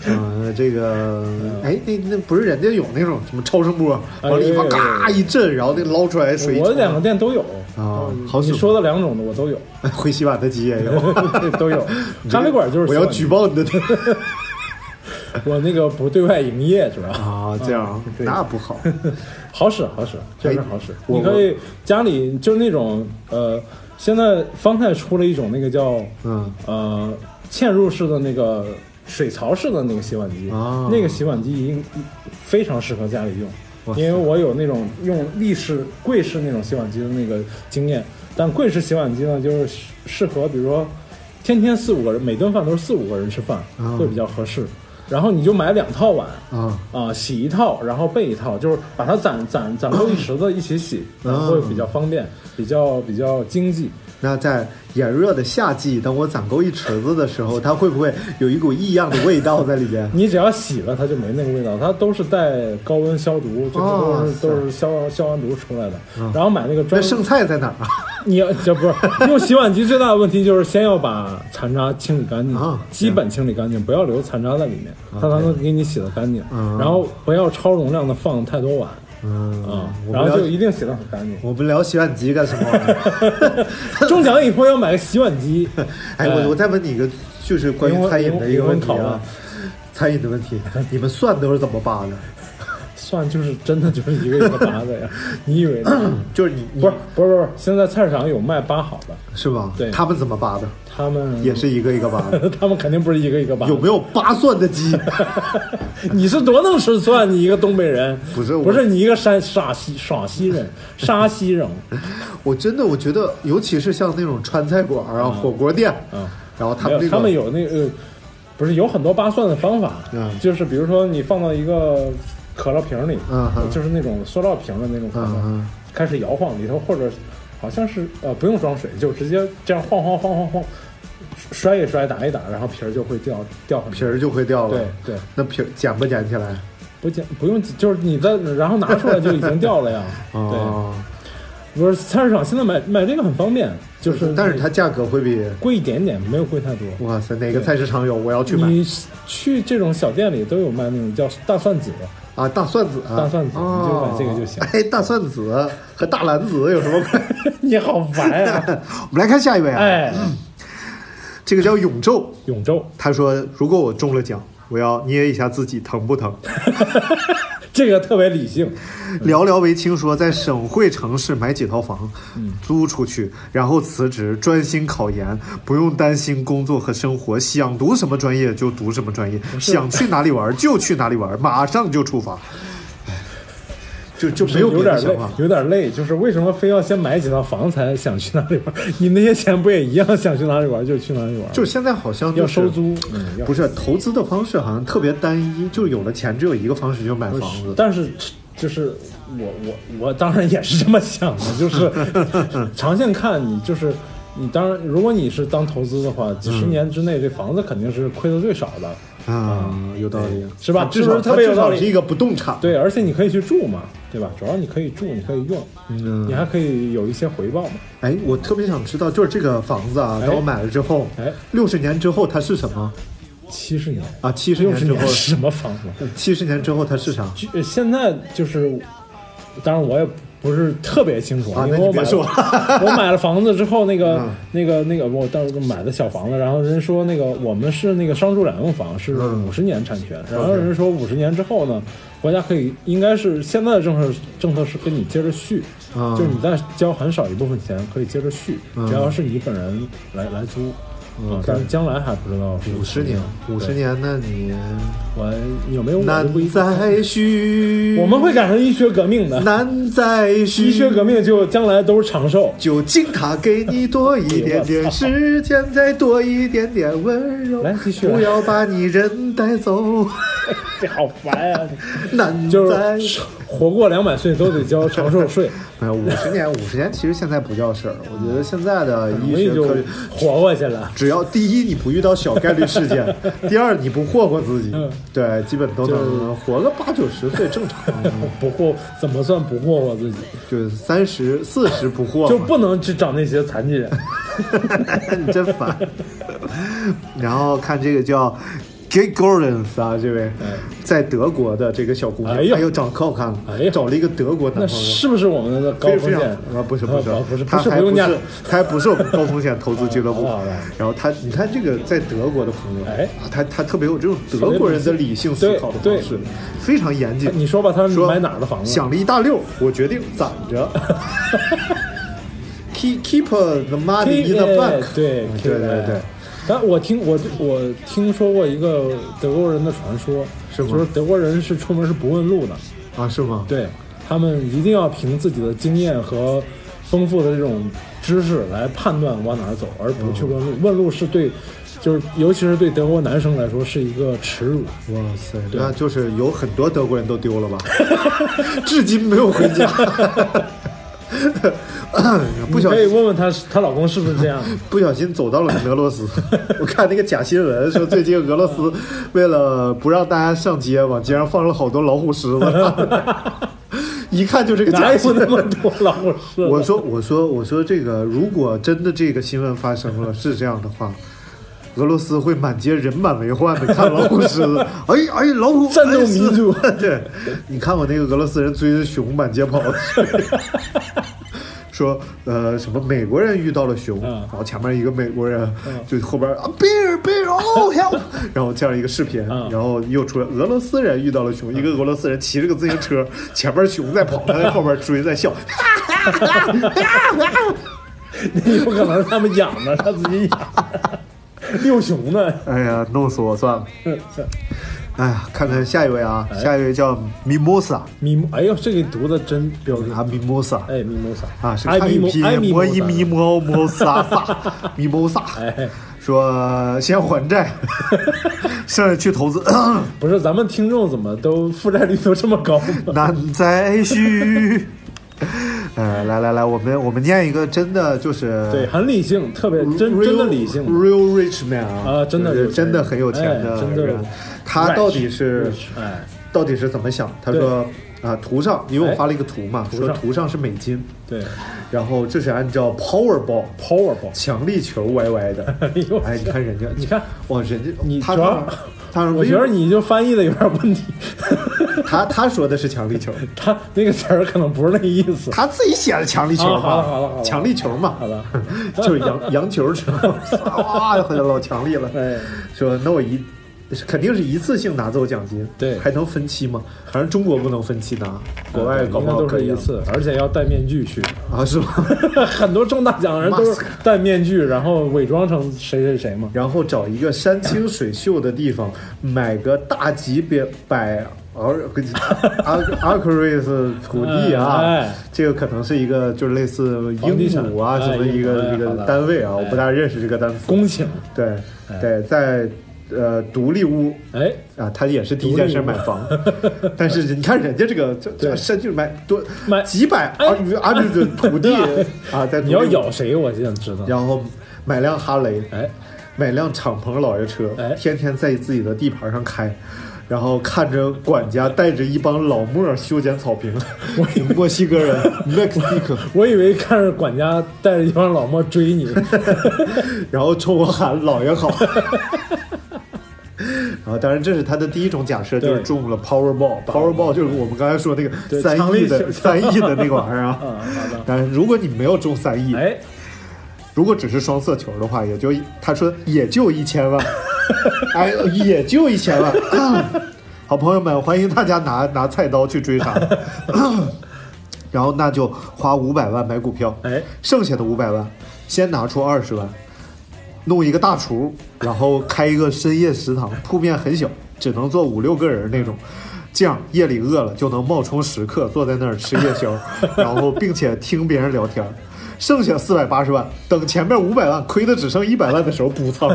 I: 嗯，这个哎，那那不是人家有那种什么超声波，往里
J: 有有
I: 边嘎一震，然后那捞出来水一
J: 我
I: 冲。
J: 两个店都有。嗯
I: 啊，好
J: 你
I: 险！
J: 说的两种的我 都有，
I: 会洗碗的机也有，
J: 都有。咖啡馆就是
I: 我
J: 洗
I: 要
J: 碗
I: 举报你的。
J: 我那个不对外营业，主要
I: 啊，这样
J: 对
I: 那不 好。
J: 好使好使，确实好使。
I: 哎我
J: 你可以家里就是那种呃，现在方太出了一种那个叫
I: 嗯
J: 呃嵌入式的那个水槽式的那个洗碗机，
I: 啊
J: 那个洗碗机一定非常适合家里
I: 哇
J: 用，
I: 塞
J: 因为我有那种用立式、柜式那种洗碗机的那个经验，但柜式洗碗机呢，就是适适合比如说天天四五个人，每顿饭都是四五个人吃饭，
I: 啊
J: 会比较合适。然后你就买两套碗，
I: 啊
J: 啊、洗一套，然后备一套，就是把它攒攒攒够一池子一起洗，然
I: 啊
J: 后会比较方便，比较比较经济。
I: 那在炎热的夏季，当我攒够一池子的时候，它会不会有一股异样的味道在里
J: ？
I: 边
J: 你只要洗了，它就没那个味道，它都是带高温消毒，就
I: 哦
J: 都是、
I: 是
J: 都是消消完毒出来的。然后买那个
I: 嗯那
J: 专
I: 剩菜在哪儿啊？
J: 你要这不是用洗碗机最大的问题就是先要把残渣清理干净，
I: 啊
J: 基本清理干净，不要留残渣在里面，它才能给你洗的干净。
I: 嗯
J: 然后不要超容量的放太多碗
I: 嗯
J: 啊，
I: 我
J: 然
I: 们
J: 后就
I: 聊
J: 一定洗的很干净。
I: 我们聊洗碗机干 什么玩意儿？
J: 中奖以后要买个洗碗机。
I: 哎，我我再问你一个，就是关于餐饮的一个问题
J: 灵魂灵魂拷
I: 啊
J: 问，
I: 餐饮的问题，你们蒜都是怎么扒的？
J: 算就是真的就是一个一个拔的呀，你以为 呢？
I: 就是你你
J: 不是不是不是，现在菜市场有卖扒好的，
I: 是吧？
J: 对
I: 他们怎么扒的？
J: 他们
I: 也，是一个一个扒 的。
J: 他们肯定不是一个一个扒。
I: 有没有扒蒜 的鸡？
J: 你是多能吃蒜？你一个东北人，
I: 不是我
J: 不是你一个山陕西陕西人，沙西人，
I: 我真的我觉得，尤其是像那种川菜馆儿啊、火锅店，
J: 啊
I: 然 后他
J: 没有
I: 们那个
J: 他们有那个，呃不是有很多扒蒜的方法
I: 嗯，
J: 就是比如说你放到一个可乐瓶里
I: 嗯嗯，
J: 就是那种塑料瓶的那种可乐
I: 嗯嗯，
J: 开始摇晃里头，或者好像是呃不用装水，就直接这样晃晃晃晃晃，摔一摔打一打，然后皮儿就会掉掉很多
I: 皮儿就会掉了。
J: 对对，
I: 那皮儿捡不捡起来？
J: 不捡不用就是你的，然后拿出来就已经掉了呀。对，
I: 哦，
J: 不是菜市场现在买买这个很方便，就是
I: 但是它价格会比
J: 贵一点点，没有贵太多。
I: 哇塞哪个菜市场有？我要去买
J: 你去这种小店里都有卖那种叫大蒜子，
I: 啊！大蒜子啊，
J: 大蒜子
I: 哦
J: 你就买这个就行
I: 哎，大蒜子和大篮子有什么关 系？
J: 你好烦啊！
I: 我们来看下一位啊，
J: 哎，
I: 这个叫永昼，
J: 永州，
I: 他说如果我中了奖，我要捏一下自己疼不疼？
J: 这个特别理性，嗯
I: 寥寥为清说，在省会城市买几套房，
J: 嗯
I: 租出去，然后辞职，专心考研，不用担心工作和生活，想读什么专业就读什么专业，想去哪里玩就去哪里玩，马上就出发，就就没有别
J: 有
I: 的
J: 点
I: 想
J: 累
I: 法。，
J: 有点累。就是为什么非要先买几套房才想去哪里玩？你那些钱不也一样想去哪里玩就去哪里玩？
I: 就是现在好像、
J: 要
I: 就是、
J: 收租，嗯，要
I: 不是投资的方式好像特别单一，就有了钱只有一个方式，就买房子。
J: 但是就是我我我当然也是这么想的，就是 长线看你就是。你当然，如果你是当投资的话，几
I: 嗯
J: 十年之内这房子肯定是亏的最少的，
I: 啊、有道理，
J: 是吧
I: 至
J: 是不
I: 少
J: 是
I: 它
J: 特别有
I: 至少
J: 道理
I: 是一个不动产。
J: 对，而且你可以去住嘛，对吧？主要你可以住，你可以用，
I: 嗯
J: 你还可以有一些回报嘛。
I: 哎，我特别想知道，就是这个房子啊，
J: 哎
I: 当我买了之后
J: 哎，
I: 六十年之后它是什么
J: 七十年
I: 啊？七十
J: 六
I: 年
J: 十
I: 之后
J: 年，是什么房子？
I: 呃七十年之后它是啥？
J: 就呃现在就是，当然我也不是特别清楚
I: 啊
J: 因
I: 那
J: 为
I: 你
J: 我
I: 别
J: 买
I: 说
J: 了我买了房子之后，那个、
I: 嗯
J: 那个那个，我当时买的小房子，然后人说那个我们是那个商住两用房，是
I: 嗯
J: 五十年产权，然后人说五十年之后呢，国家可以应该是现在的政策政策是跟你接着续，
I: 啊
J: 就是你再交很少一部分钱可以接着续，
I: 嗯
J: 只要是你本人来来租。啊，但是将来还不知道是
I: 五十年，
J: 对
I: 五十，年，那你
J: 我有没有我就不一定
I: 难再续，
J: 我们会赶上医学革命的。
I: 难再续。
J: 医学革命就将来都是长 寿。
I: 酒精它给你 多一点
J: 哎我
I: 点，
J: 操
I: 时间再多一点点温柔
J: 来继续，来
I: 不要把你人带走。
J: 这好烦
I: 啊
J: 呀、
I: 难
J: 就
I: 在
J: 是活过两百岁都得交长寿 税，
I: 没哎有五十年，五十年其实现在不叫事儿。我觉得现在的医
J: 容易
I: 学
J: 哎就
I: 科学，
J: 活过去了。
I: 只要第一你不遇到小概率事件，第二你不霍霍自己
J: 嗯，
I: 对，基本都能活个八九十岁正常。
J: 不霍怎么算不霍霍自己？
I: 就是三十四十不霍嘛，
J: 就不能去找那些残 疾人。
I: 你真烦。然后看这个叫 Gay Gordons 啊，这位在德国的这个小姑娘，
J: 哎
I: 哎
J: 呦
I: 呦，长得可好看了，
J: 哎呦
I: 找了一个德国
J: 那
I: 男朋友。
J: 是不是我们的高
I: 非
J: 风
I: 非常
J: 险？
I: 啊，不是不是
J: 啊不是
I: 他
J: 不是
I: 还
J: 不用
I: 不
J: 念啊
I: 是，他还不是我们高风险投资俱 乐部
J: 好的好的。
I: 然后他，你看这个在德国的朋友，
J: 哎
I: 啊，他他特别有这种德国人的理性思考的
J: 对哎
I: 方式，非常严谨。
J: 你说吧，他
I: 说
J: 买哪儿的房子？
I: 想了一大溜，我决定攒 着。Keep keep the money in the bank
J: 对
I: 嗯对对对，
J: 但我听我我听说过一个德国人的传说，
I: 是吗
J: 就是德国人是出门是不问路的，
I: 啊，是吗？
J: 对他们一定要凭自己的经验和丰富的这种知识来判断往哪儿走，而不去问路。问路是对，就是尤其是对德国男生来说是一个耻辱。
I: 哇塞，那就是有很多德国人都丢 了吧，至今没有回家。不
J: 你
I: 小
J: 可以
I: 心
J: 问问她，她老公是不是这样？
I: 不小心走到了俄罗斯， 我看那个假新闻说最近俄罗斯为了不让大家上街，往街上放了好多老虎狮子， 一看就是个
J: 哪
I: 假
J: 有
I: 新
J: 那么
I: 闻。
J: 多老虎狮子？
I: 我说我说我说这个，如果真的这个新闻发生了是这样的话，俄罗斯会满街人满为患的看老虎 狮子，哎哎老虎
J: 战斗民族，
I: 哎是 对，你看过那个俄罗斯人追着熊满街跑？ 说呃什么美国人遇到了熊，
J: 嗯
I: 然后前面一个美国人就后边啊 bear bear oh help，然 后这样一个视频，
J: 嗯
I: 然后又出来俄罗斯人遇到了熊，一个俄罗斯人骑着个自行车，前面熊在跑，他在后边追在笑，
J: 有可能是他们养的，他自己养的，遛熊的。
I: 哎呀弄死我算了，哎呀看看下一位啊，
J: 哎
I: 下一位叫 mimosa
J: 米莫，哎呦，这个读的真标准。
I: 啊 mimosa
J: 哎，米莫萨
I: 啊，是
J: 埃
I: 汉
J: 米
I: 语
J: 莫
I: 拼
J: 埃米
I: 音，
J: 莫
I: 摩
J: 萨
I: 一咪摩摩萨萨，咪摩萨
J: 哎，
I: 说先 还债，剩下去投资，
J: 不是，咱们听众怎么都负债率都这么高吗？
I: 难再续。呃，来来来，我们我们念一个真的就是
J: 对，很理性，特别
I: 哎嗯 real-
J: 真真的理性。
I: ，real rich man 啊，
J: 啊真的
I: 就是
J: 有钱
I: 真的很有钱
J: 哎
I: 的
J: 真的
I: 人，他到底是
J: rich，哎，
I: 到底是怎么想？他说啊，图上，因为我
J: 哎
I: 发了一个图嘛，
J: 图
I: 说
J: 上
I: 图上是美金，
J: 对
I: 然后这是按照 Powerball。
J: ，Powerball，
I: 强力球歪歪的。
J: 哎呦
I: 哎，你看人家，
J: 你看
I: 哇，人家
J: 你
I: 他
J: 主要
I: 说他说
J: 我
I: 微
J: 觉得你就翻译的有点问题，
I: 他他说的是强力球，
J: 他那个词儿可能不是那个意思。
I: 他自己写的强力球嘛，
J: 啊好了好了好了
I: 强力球嘛，
J: 好了
I: 就是洋洋 球知道吗？哇，回老强力了，
J: 哎
I: 说那我一。肯定是一次性拿走奖金，
J: 对呃
I: 还能分期吗？反正中国不能分期拿，国外
J: 对
I: 搞
J: 应
I: 不
J: 该
I: 好
J: 都
I: 可
J: 是
I: 以
J: 一
I: 啊
J: 次，而且要戴面具去。
I: 啊，是吧？
J: 很多中大奖人都是戴面具，然后伪装成谁谁谁嘛。
I: 然后找一个山清水秀的地方，买个大几百百阿阿阿克瑞斯土地 啊，
J: 哎哎
I: 这个可能是一个就是类似
J: 房地
I: 英
J: 产
I: 亩啊
J: 哎
I: 什么
J: 英
I: 一
J: 亩
I: 个
J: 哎
I: 一个
J: 好的
I: 单位啊，我不
J: 哎
I: 大认识这个单词。
J: 公顷，
I: 对对，在呃独立屋。
J: 哎，
I: 啊，他也是第一件事买房，但是你看人家这个，这这
J: 对
I: 山去买多
J: 买
I: 几百
J: 哎
I: 阿阿这个土 地
J: 对
I: 啊，在独
J: 你
I: 立屋
J: 要咬谁？我想知道。
I: 然后买辆哈雷，
J: 哎，
I: 买辆敞篷老爷车，
J: 哎
I: 天天在自己的地盘上开，然后看着管家带着一帮老墨修剪草坪，墨西哥人 Mexico，
J: 我以为看着管家带着一帮老莫追 你，
I: 然后冲我喊“老爷好”。啊，当然，这是他的第一种假设，
J: 对
I: 就是中了 Powerball。Powerball 就是我们刚才说那个
J: 对
I: 三
J: 强
I: 亿
J: 力
I: 的
J: 球
I: 三亿的那个玩意儿
J: 嗯
I: 啊。
J: 好的
I: 但是如果你没有中三亿，
J: 哎，
I: 如果只是双色球的话，也就他说也就一千万，哎，也就一千万。 好朋友们，欢迎大家拿拿菜刀去追杀，然后那就花五百万买股票，
J: 哎，
I: 剩下的五百万先拿出二十万，弄一个大厨，然后开一个深夜食堂，铺面很小，只能坐五六个人那种。这样夜 里饿了就能冒充食客，坐在那儿吃夜宵，然后并且听别人聊天儿。剩下四百八十万，等前面五百万亏的只剩一百万的时候 补仓。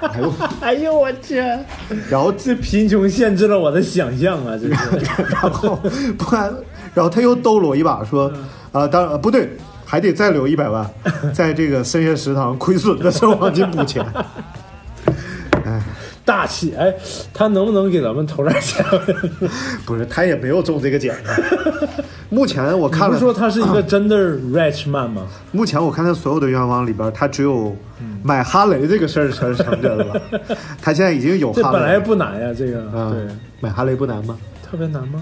I: 哎呦，
J: 哎呦我去！
I: 然后
J: 这贫穷限制了我的想象啊！这是
I: 然后不然，然后他又兜了我一把，说，
J: 嗯
I: 啊、当然不对，还得再留一 百万，在这个深夜食堂亏损的时候往进补钱。
J: 大气哎，他能不能给咱们投点钱？
I: 不是，他也没有中这个奖。啊目前我看
J: 不
I: 了，
J: 是说他是一个真的 rich man 吗？
I: 目前我看他所有的愿望里边，他只有
J: 嗯
I: 买哈雷这个事儿才是成真 了。他现在已经有
J: 这
I: 哈雷，
J: 本来不难呀，这个
I: 啊
J: 对，
I: 买哈雷不难吗？
J: 特别难吗？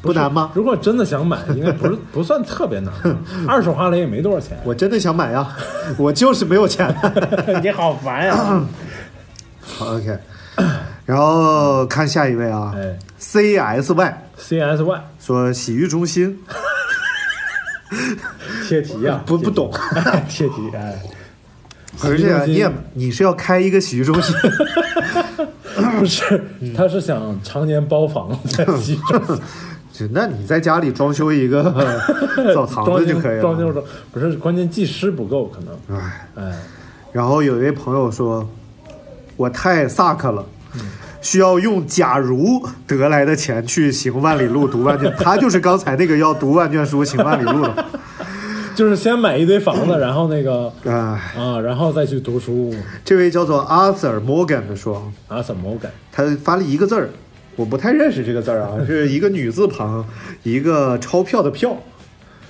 I: 不难吗？
J: 如果真的想买，应该不是不算特别难，啊 二手哈雷也没多少钱。
I: 我真的想买呀，我就是没有钱。
J: 你好烦呀！
I: 好 OK，然后看下一位啊、
J: 哎
I: c s y
J: ，CSY
I: 说洗浴中心
J: 贴题呀，
I: 呃不不懂，
J: 贴题哎，
I: 而
J: 浴
I: 且
J: 中
I: 啊
J: 心
I: 你也你是要开一个洗浴中 心，
J: 不是，
I: 嗯
J: 他是想常年包房在西装
I: 就那你在家里装修一个呃澡堂
J: 装
I: 子
J: 修
I: 就可以了。
J: 装修装不是，关键技师不够，可能
I: 哎
J: 哎，
I: 然后有一位朋友说，我太萨克了。需要用假如得来的钱去行万里路读万卷，他就是刚才那个要读万卷书行万里路 的。
J: 就是先买一堆房子，然后那个
I: 啊、
J: 啊，然后再去读书
I: 这位叫做 Arthur Morgan 的说，
J: 啊，怎么改？，
I: 他发了一个字儿，我不太认识这个字儿啊，是一个女字旁，一个钞票的票，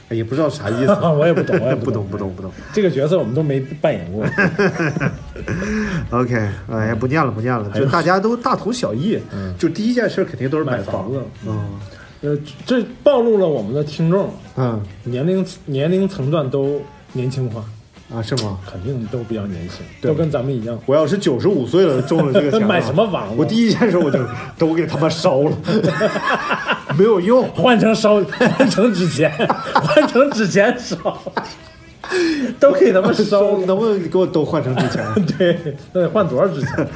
I: 哎也不知道啥意思
J: 我也不懂我也不
I: 不
J: 懂
I: 懂，不懂，不懂。
J: 这个角色我们都没扮演 过，
I: OK，哎呀，不念了，不念了，就大家都大同小异，就第一件事肯定都是买
J: 房
I: 房
J: 子，
I: 嗯
J: 呃，这暴露了我们的听众
I: 嗯
J: 年龄年龄层段都年轻化，
I: 啊，是吗？
J: 肯定都比较年轻，
I: 对
J: 都跟咱们一样。
I: 我要是九十五岁了中了这个奖啊，
J: 买什么房子
I: 我第一件事我就都给他妈烧了， 没有用。
J: 换成烧， 换成纸钱， 换成纸钱烧，都给他们烧了。
I: 能不能给我都换成之前？
J: 对，那得换多少纸 钱？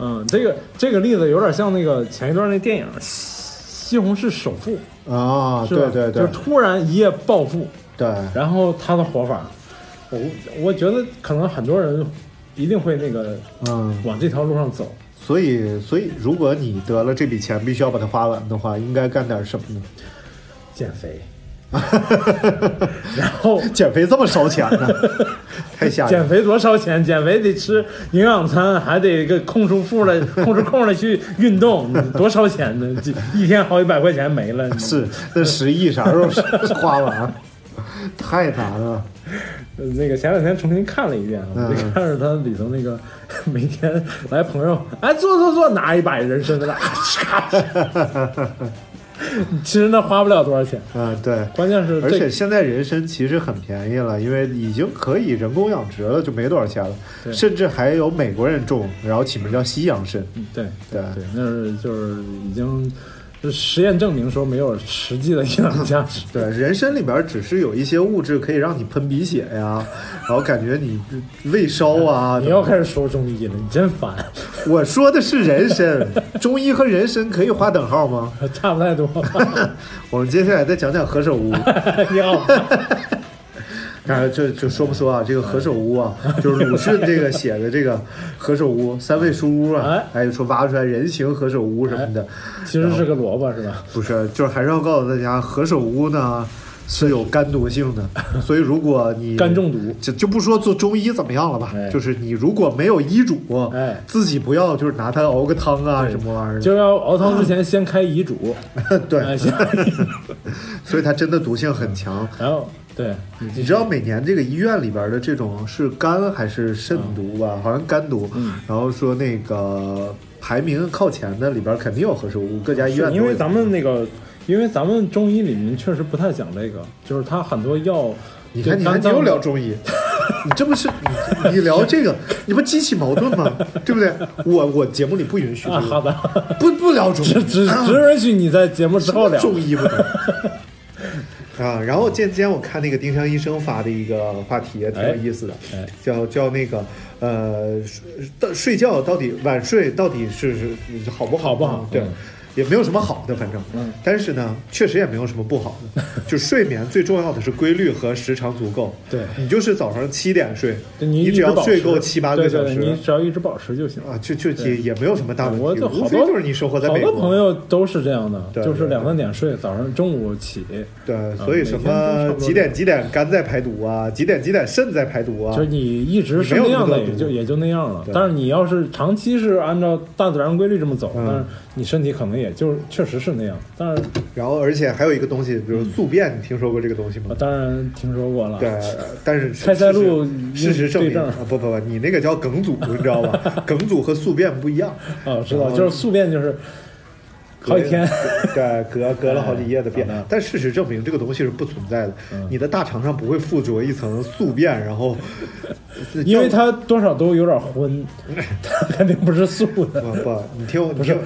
J: 嗯，这个这个例子有点像那个前一段那电影《西西红柿首富》，
I: 啊，
J: 是吧
I: 对？对
J: 就
I: 对
J: 是突然一夜暴富，
I: 对，
J: 然后他的活法，我我觉得可能很多人一定会那个
I: 嗯，
J: 往这条路上走。
I: 所以所以如果你得了这笔钱，必须要把它花完的话，应该干点什么呢？
J: 减肥，然后
I: 减肥这么烧钱 呢？太吓人
J: 减
I: 了！
J: 肥多烧钱？减肥得吃营养餐，还得个空出腹 来，空出空来去运动，你多烧钱呢？这一天好几百块钱没了，你
I: 是那十亿啥时候花完？ 太难了。
J: 呃那个前两天重新看了一遍啊，我就
I: 嗯
J: 看着他里头那个 每天来朋友，哎，坐坐坐，拿一把人参在那啊 咔嚓咔嚓，其实那花不了多少钱，
I: 嗯，对。
J: 关键是
I: 而且
J: 这
I: 现在人参其实很便宜了，因为已经可以人工养殖了，就没多少钱了。甚至还有美国人种，然后起名叫西洋参。
J: 对
I: 对
J: 对，那是就是已经就实验证明说没有实际的营养价值。
I: 对，人参里边只是有一些物质可以让你喷鼻血呀，然后感觉你胃烧啊。
J: 你又开始说中医了，你真烦，
I: 我说的是人参，中医和人参可以划等号吗？
J: 差不太多。
I: 我们接下来再讲讲何首乌。
J: 你好，
I: 当然，这就说不说啊，这个何首 乌啊，就是鲁迅这个写的这个何首乌三味书屋啊，哎，说挖出来人形何首乌什么的，
J: 其实是个萝卜是吧？
I: 不是，就是还是要告诉大家，何首乌呢是有肝毒性 的，所以如果你
J: 肝中毒
I: 就就不说做中医怎么样了吧，
J: 哎
I: 就是你如果没有医嘱，
J: 哎
I: 自己不要就是拿它熬个汤啊什么玩意儿的，
J: 就要熬汤之前先开遗嘱，
I: 对，
J: 哎先
I: 所以它真的毒性很强。
J: 然后对，
I: 你知道每年这个医院里边的这种是肝还是肾
J: 嗯
I: 毒吧？好像肝毒。然后说那个排名靠前的里边肯定有何首乌，各家医院
J: 是
I: 都
J: 因为
I: 有
J: 咱们那个，因为咱们中医里面确实不太讲这个，就是它很多药，
I: 你看，你看，
J: 肝
I: 你
J: 脏
I: 又聊中医，你这不是你你聊这个，你不激起矛盾吗？对不对？我我节目里不允许
J: 啊，
I: 这
J: 好
I: 个，
J: 的，
I: 不不聊中医，啊
J: 只只只允许你在节目之后聊。
I: 中医不能。 啊，然后今今天我看那个丁香医生发的一个话题也挺有意思的，
J: 哎哎
I: 叫叫那个呃，睡到睡觉到底晚睡到底是是好不好
J: 好不好
I: 对
J: 嗯，
I: 也没有什么好的，反正，但是呢，确实也没有什么不好 的，就睡眠最重要的是规律和时长足够。
J: 对
I: 你就是早上七点睡，
J: 对你一
I: 你只
J: 直
I: 要
J: 保
I: 睡
J: 持
I: 够七八个
J: 对
I: 小
J: 对
I: 时，
J: 你只要一直保持就行。
I: 啊，就就也也啊没有什么大
J: 我
I: 问题，
J: 就
I: 无
J: 好
I: 非
J: 多
I: 就是你生活在
J: 好
I: 美
J: 多朋
I: 国，
J: 友都是这样的，
I: 对
J: 就是
I: 对
J: 两三点睡，早上中午起，
I: 对，
J: 啊
I: 所以
J: 每
I: 什
J: 天都差不
I: 么
J: 多
I: 几点几点肝在排毒啊，几点几点肾在排毒啊
J: 就是，你一直是
I: 没有
J: 那
I: 那
J: 样的，
I: 么多
J: 也
I: 毒
J: 就也就那样了
I: 对。
J: 但是你要是长期是按照大自然规律这么走，
I: 嗯
J: 但是你身体可能也就确实是那样。但是
I: 然后而且还有一个东西，比如宿便，你听说过这个东西
J: 我
I: 吗？
J: 嗯啊当然听说过了，啊
I: 对，但是
J: 开塞露
I: 事实事实证
J: 对
I: 明
J: 症
I: 啊，不不不，你那个叫梗阻，你知道吧？梗阻和宿便不一样，
J: 啊，我知
I: 然
J: 道，
I: 后
J: 就是宿便就是
I: 隔
J: 好几天，哎
I: 对，隔隔了好几夜的便
J: 好的，嗯
I: 但事实证明这个东西是不存在的，你的大肠上不会附着一层宿便，然后
J: 因 为它多少都有点荤，它 肯定不是素的。
I: 不不，你听我，你
J: 不是
I: 听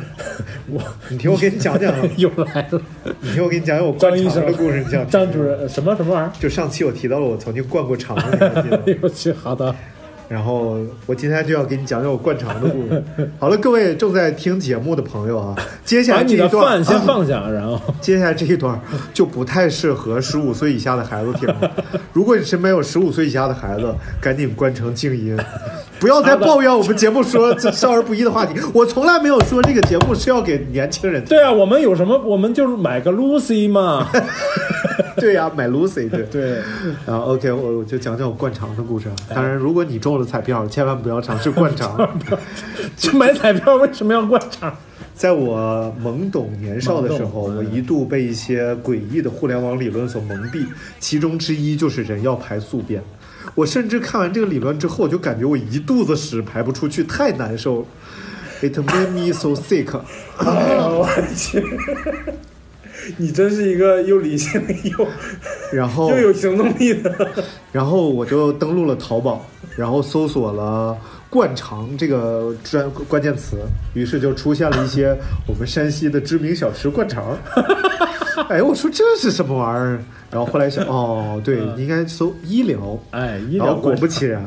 I: 我，
J: 我
I: 你听我给你 讲讲啊，
J: 又来了，
I: 你听我给你讲讲我灌
J: 张医
I: 肠
J: 生
I: 的故事，你想听
J: 张主任什么什么玩意儿？
I: 就上期我提到了我曾经灌过肠的那 个经
J: 哎
I: 历，
J: 呦我去，好的，
I: 然后我今天就要给你讲讲我灌肠的故事。 好了，各位正在听节目的朋友啊，接下
J: 把
I: 来这
J: 你的
I: 一段
J: 饭先
I: 啊
J: 放下，然后
I: 接下来这一段就不太适合十五岁以下的孩子听 了。如果你身边有十五岁以下的孩子，赶紧关成静 音，不要再抱怨我们节目说这少儿不宜的话题。我从来没有说这个节目是要给年轻人听。
J: 对啊，我们有什么？我们就是买个 Lucy 嘛。
I: 对呀、买 Lucy 对
J: 对，
I: 啊，OK，我我就讲讲我灌肠的故事啊。当然，如果你中了彩票，千万不要尝试灌肠。
J: 就买彩票为什么要灌肠？
I: 在我懵懂年少的时候，我一度被一些诡异的互联网理论所蒙蔽，其中之一就是人要排宿便。我甚至看完这个理论之后，我就感觉我一肚子屎排不出去，太难受了。It made me so sick。
A: 哎我去，你真是一个又理性又
I: 然后
A: 又有行动力的。
I: 然后我就登录了淘宝，然后搜索了“灌肠”这个专关键词，于是就出现了一些我们山西的知名小吃 灌肠。哎，我说这是什么玩意儿？然后后来想，哦，对，应该搜医疗。
J: 哎医疗
I: 然后果
J: 灌
I: 不其然，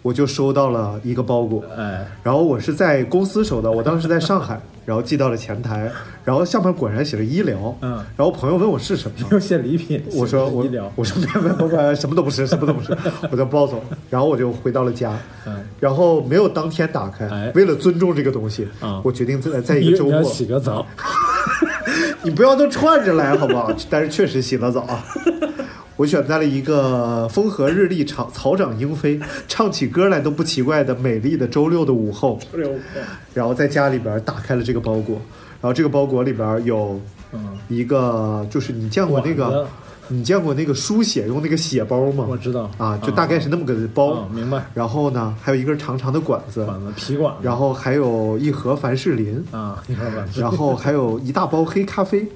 I: 我就收到了一个包裹。
J: 哎，
I: 然后我是在公司收的，我当时在上海，然后寄到了前台，然后上面果然写着医疗。
J: 嗯
I: 然后朋友问我是什么，
J: 又写礼品，
I: 我说我
J: 医疗，
I: 我说别别别别，什么都不是，什么都不是，我就抱走了。然后我就回到了家，然后没有当天打开
J: 嗯哎，
I: 为了尊重这个东西
J: 啊，
I: 我决定在在一
J: 你
I: 个周
J: 你要
I: 末，
J: 洗个澡，
I: 你不要都串着来好不好？但是确实洗了澡啊。我选在了一个风和日丽、草草长莺飞、唱起歌来都不奇怪的美丽的周六的午后，然后在家里边打开了这个包裹，然后这个包裹里边有一个，就是你见过那
J: 嗯管
I: 个
J: 子，
I: 你见过那个输血用那个血包吗？
J: 我知道
I: 啊，就大概是那么个包，
J: 啊明白
I: 然后呢，还有一根长长的管子，
J: 管子皮管子
I: 然后还有一盒凡士林，
J: 啊，一会儿管子
I: 然后还有一大包黑 咖啡，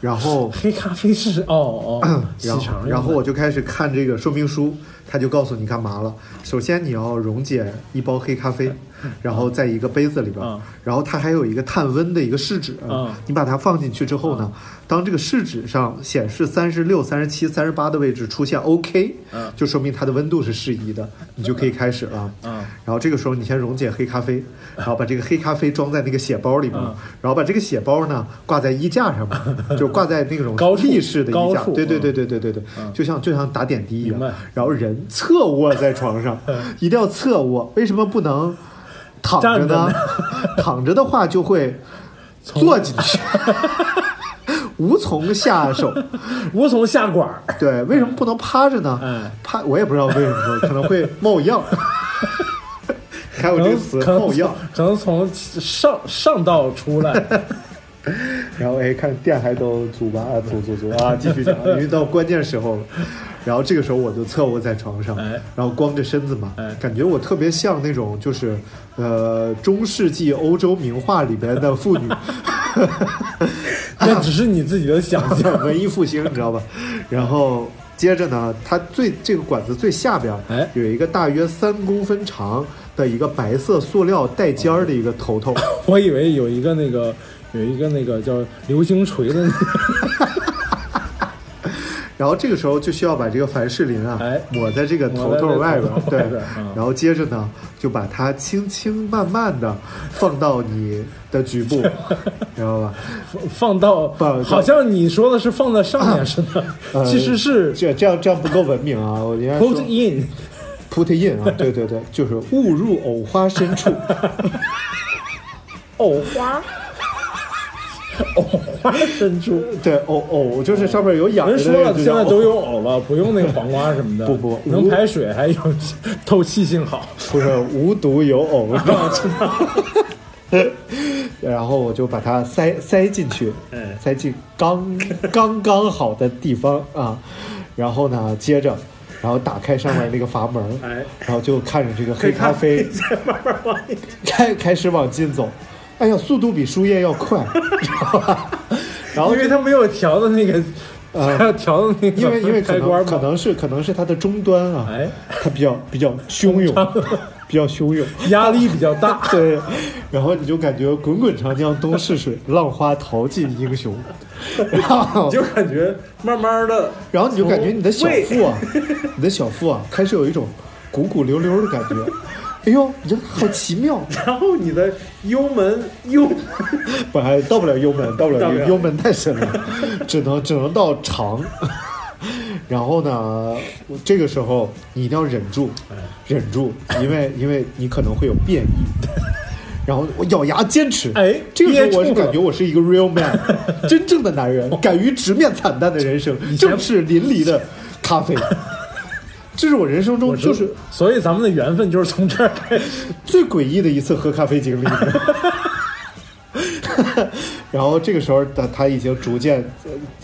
I: 然后，
J: 黑咖啡是哦哦洗
I: 然
J: 肠
I: 后
J: 用，的
I: 然后我就开始看这个说明书，他就告诉你干嘛了。首先你要溶解一包黑咖啡，然后在一个杯子里边
J: 嗯，
I: 然后它还有一个探温的一个试纸
J: 嗯，
I: 你把它放进去之后呢，当这个试纸上显示三十六、三十七、三十八的位置出现 OK，
J: 嗯
I: 就说明它的温度是适宜的，你就可以开始了。
J: 嗯
I: 然后这个时候你先溶解黑咖啡，然后把这个黑咖啡装在那个血包里面，
J: 嗯
I: 然后把这个血包呢挂在衣架 上面，就挂在那种
J: 高处
I: 立式的衣
J: 高
I: 架，
J: 处
I: 对对
J: 嗯
I: 对对。对对对对，就像就像打点滴一样
J: 明白，
I: 然后人侧卧在床上，一定要侧卧，为什么不能躺着
J: 站着
I: 呢
J: 呢？
I: 躺着的话就会坐进去，无从下手。
J: 无从下管儿，
I: 对，为什么不能趴着呢
J: 嗯？
I: 趴我也不知道为什么，可能会冒样。还有
J: 可
I: 哦这个
J: 能
I: 词
J: 可能
I: 冒样
J: 从，可能从上上道出 来，
I: 然后哎，看电还都组吧，啊组组组 啊，继续讲，因为到关键时候了。然后这个时候我就侧卧在床上
J: 哎，
I: 然后光着身子嘛
J: 哎，
I: 感觉我特别像那种就是呃中世纪欧洲名画里边 的妇女，
J: 那只是你自己的想象。
I: 文艺复兴，你知道吧？然后接着呢，它最这个管子最下边儿
J: 哎
I: 有一个大约三公分长的一个白色塑料带尖儿的一个头头。
J: 我以为有一个那个有一个那个叫流星锤的那个，
I: 然后这个时候就需要把这个凡士林啊，
J: 哎
I: 抹在这个头头
J: 抹在
I: 外
J: 这个
I: 边
J: 头，头
I: 对
J: 外边嗯，
I: 然后接着呢，就把它轻轻慢慢的放到你的 局部，知道吧？
J: 放到
I: 放
J: 好像你说的是放在上面似的，
I: 呃
J: 其实是
I: 这这样这样不够文明啊！我应该说
J: put in。
I: put in 啊，对对对，就是误入藕花 深处。
J: 藕花，藕花珍珠。
I: 对，藕藕就是上面有痒的
J: 人
I: 那
J: 说
I: 个
J: 了，
I: 就
J: 现
I: 叫
J: 在
I: 藕
J: 都有藕了，不用那个黄瓜什么的，
I: 不不
J: 能排水，还有 透气性好。
I: 不是无独有偶，你知道吗 然后我就把它塞塞进去，塞进刚
J: 嗯
I: 刚刚好的地方啊。然后呢，接着，然后打开上面那个阀门，
J: 哎
I: 然后就看着这个黑 咖啡
J: 再慢慢往里
I: 开开始往进走。哎呀，速度比输液要 快，知道吧？然后
J: 因为它没有调的那个，
I: 呃
J: 调的那个，
I: 因为因为可
J: 开关
I: 能可
J: 嘛，
I: 能是可能是它的终端啊，
J: 哎
I: 它比较比较 汹涌，比较汹涌。。
J: 压力比较大
I: 对，然后你就感觉滚滚长江东逝 水，浪花淘尽英雄。然后
A: 你，就感觉慢慢的，
I: 然后你就感觉你的小
A: 胃
I: 腹啊，你的小腹啊，开始有一种鼓鼓溜溜的感觉。哎呦，你这好奇妙！
A: 然后你的幽门幽门
I: 本来到不了幽门，到不
A: 到
I: 了
A: 不了
I: 幽门太深了，只能只能到肠。 然后呢，我这个时候你一定要忍住，忍住，因为因为你可能会有变异。然后我咬牙坚持，
J: 哎
I: 这个时候我是
J: 憋住了
I: 感觉我是一个 real man，真正的男人，敢于直面惨淡的人生，
J: 前
I: 正是淋漓的咖啡。这是我人生中就是
J: 所以咱们的缘分就是从这儿开始。
I: 最诡异的一次喝咖啡经历。 然后这个时候，他他已经逐渐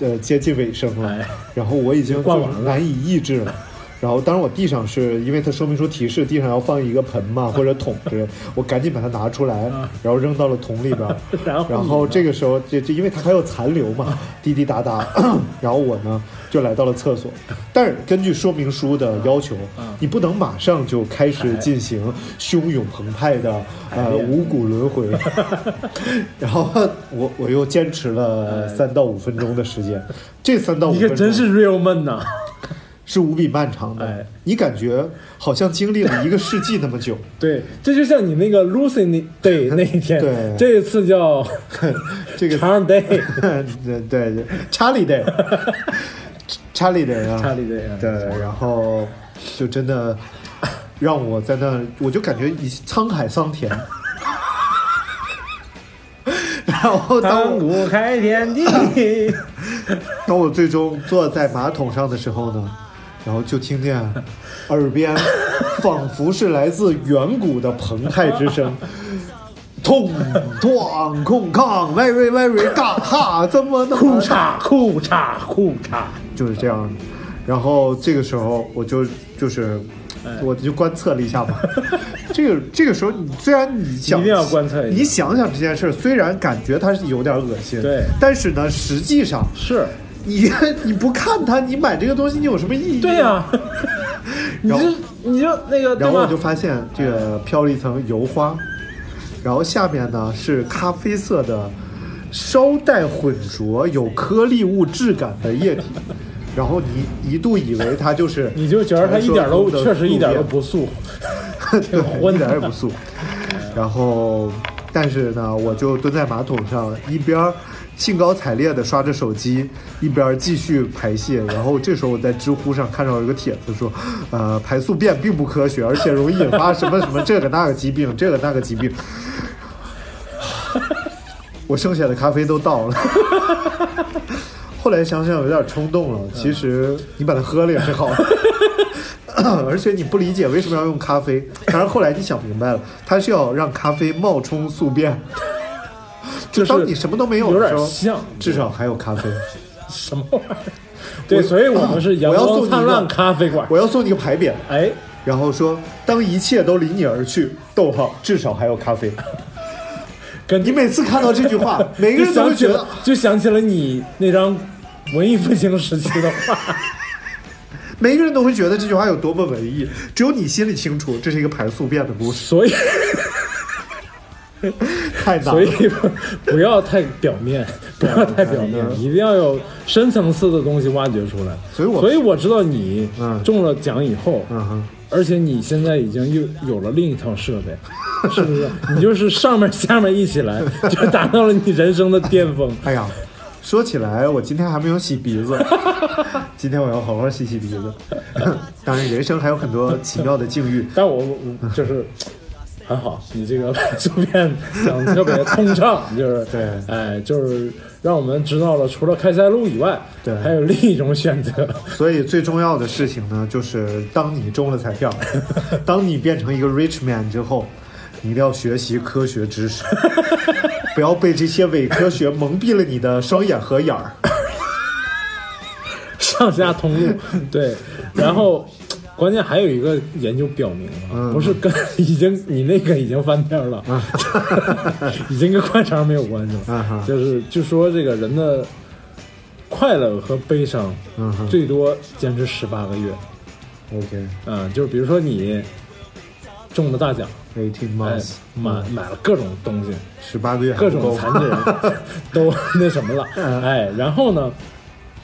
I: 呃呃接近尾声了
J: 哎，
I: 然后我已经
J: 灌完
I: 就
J: 了。
I: 难以抑制了。然后，当然我地上是因为它说明书提示地上要放一个盆嘛或者桶之类，我赶紧把它拿出来，然后扔到了桶里边儿
J: 啊 然后呢
I: 然后这个时候，这这因为它还有残留 嘛，滴滴答答。然后我呢就来到了厕所，但是根据说明书的要求，
J: 嗯
I: 你不能马上就开始进行
J: 哎
I: 汹涌澎湃的呃五谷 轮回。然后我我又坚持了三到五分钟的时间，这三到五
J: 哎你
I: 分
J: 可
I: 钟
J: 真是 real man 呐、
I: 是无比漫长的，
J: 哎
I: 你感觉好像经历了一个世纪 那么久。
J: 对，这就像你那个 Lucy 那 day 那一天，
I: 对
J: 这一次叫
I: 这个
J: Charm Day，
I: 对对，查理得，查理得啊，
J: 查理得啊
I: 对，然后就真的让我在那，我就感觉一沧海桑田。 然后 当
J: 当
I: 我
J: 古开天地。
I: 当我最终坐在马桶上的时候呢，然后就听见耳边仿佛是来自远古的澎湃之声，痛哐空抗，喂喂喂喂，嘎哈，怎么那么
J: 裤衩裤衩裤衩，
I: 就是这样。然后这个时候我就就是，
J: 哎
I: 我就观测了一下吧。 这个这个时候，你虽然你想
J: 一定要观测一下
I: 你想想这件事儿，虽然感觉它是有点恶心，
J: 对
I: 但是呢，实际上
J: 是
I: 你 你不看它，你买这个东西，你有什么意义？
J: 对呀、你
I: 然后
J: 就你就那个对
I: 然后我
J: 吧
I: 就？发现这个飘了一层油花，然后下面呢是咖啡色的，稍带混浊、有颗粒物质感的液体。然后你一度以为它就是，
J: 你就觉得它一点都
I: 传说中的
J: 确实一点都
I: 宿
J: 不素，
I: 便
J: 挺
I: 对，
J: 荤
I: 一
J: 的
I: 点也不素。然后，但是呢，我就蹲在马桶上，一边儿兴高采烈地刷着手机，一边儿继续排泄。然后这时候我在知乎上看到一个帖子说，呃，排宿便并不科学，而且容易引发什么什么这个那个疾病，这个那个疾病。 我剩下的咖啡都倒了。后来想想有点冲动
J: 嗯
I: 了，其实你把它喝了也是好 的。而且你不理解为什么要用咖啡，但是后来你想明白了，它是要让咖啡冒充宿 便。
J: 就
I: 就
J: 是
I: 当你什么都没有
J: 有
I: 的
J: 点
I: 时候，
J: 像
I: 至少还有咖啡。
J: 什么玩意儿？对，所以我们是阳
I: 我要
J: 光
I: 送你一个
J: 灿烂咖啡馆。
I: 我要送你个牌匾，
J: 哎，
I: 然后说当一切都离你而去，逗号，至少还有咖啡。
J: 跟
I: 你每次看到这句 话，每个
J: 就
I: 人都会
J: 想起
I: 觉得
J: 了，就想起了你那张文艺复兴时期的画。
I: 每一个人都会觉得这句话有多么文艺，只有你心里清楚，这是一个排宿便的故事，
J: 所以，
I: 太难
J: 所以
I: 了。
J: 不要太表面，不要太表面，一定要有深层次的东西挖掘出来。
I: 所以我
J: 所以我知道你
I: 嗯
J: 中了奖以后，
I: 嗯哼，
J: 而且你现在已经又有了另一套设备， 是不是？你就是上面下面一起 来，就达到了你人生的巅峰。
I: 哎呀，说起来，我今天还没有洗鼻 子，今天我要好好洗洗鼻子。当然，人生还有很多奇妙的境遇。
J: 但我我就是很好，你这个 书片讲得特别通 畅，就是
I: 对
J: 哎，就是让我们知道了，除了开塞露以外，
I: 对
J: 还有另一种选择。
I: 所以最重要的事情呢，就是当你中了 彩票，当你变成一个 rich man 之后，你一定要学习科学知识，不要被这些伪科学蒙蔽了你的双眼和 眼儿。
J: 上下通 路，对，然后。关键还有一个研究表明
I: 嗯
J: 啊，不是跟已经你那个已经翻篇了，
I: 啊
J: 已经跟快肠没有关系
I: 嗯
J: 了
I: 哼，
J: 就是就说这个人的快乐和悲伤
I: 嗯哼
J: 最多坚持十八个月，
I: OK，
J: 嗯，就是比如说你中了大奖，
I: eighteen
J: 哎
I: months，，
J: 买买了各种东西，
I: 十八个月还
J: 各
I: 不
J: 种
I: 够
J: 残疾 人都那什么了，
I: 嗯
J: 哎，然后呢，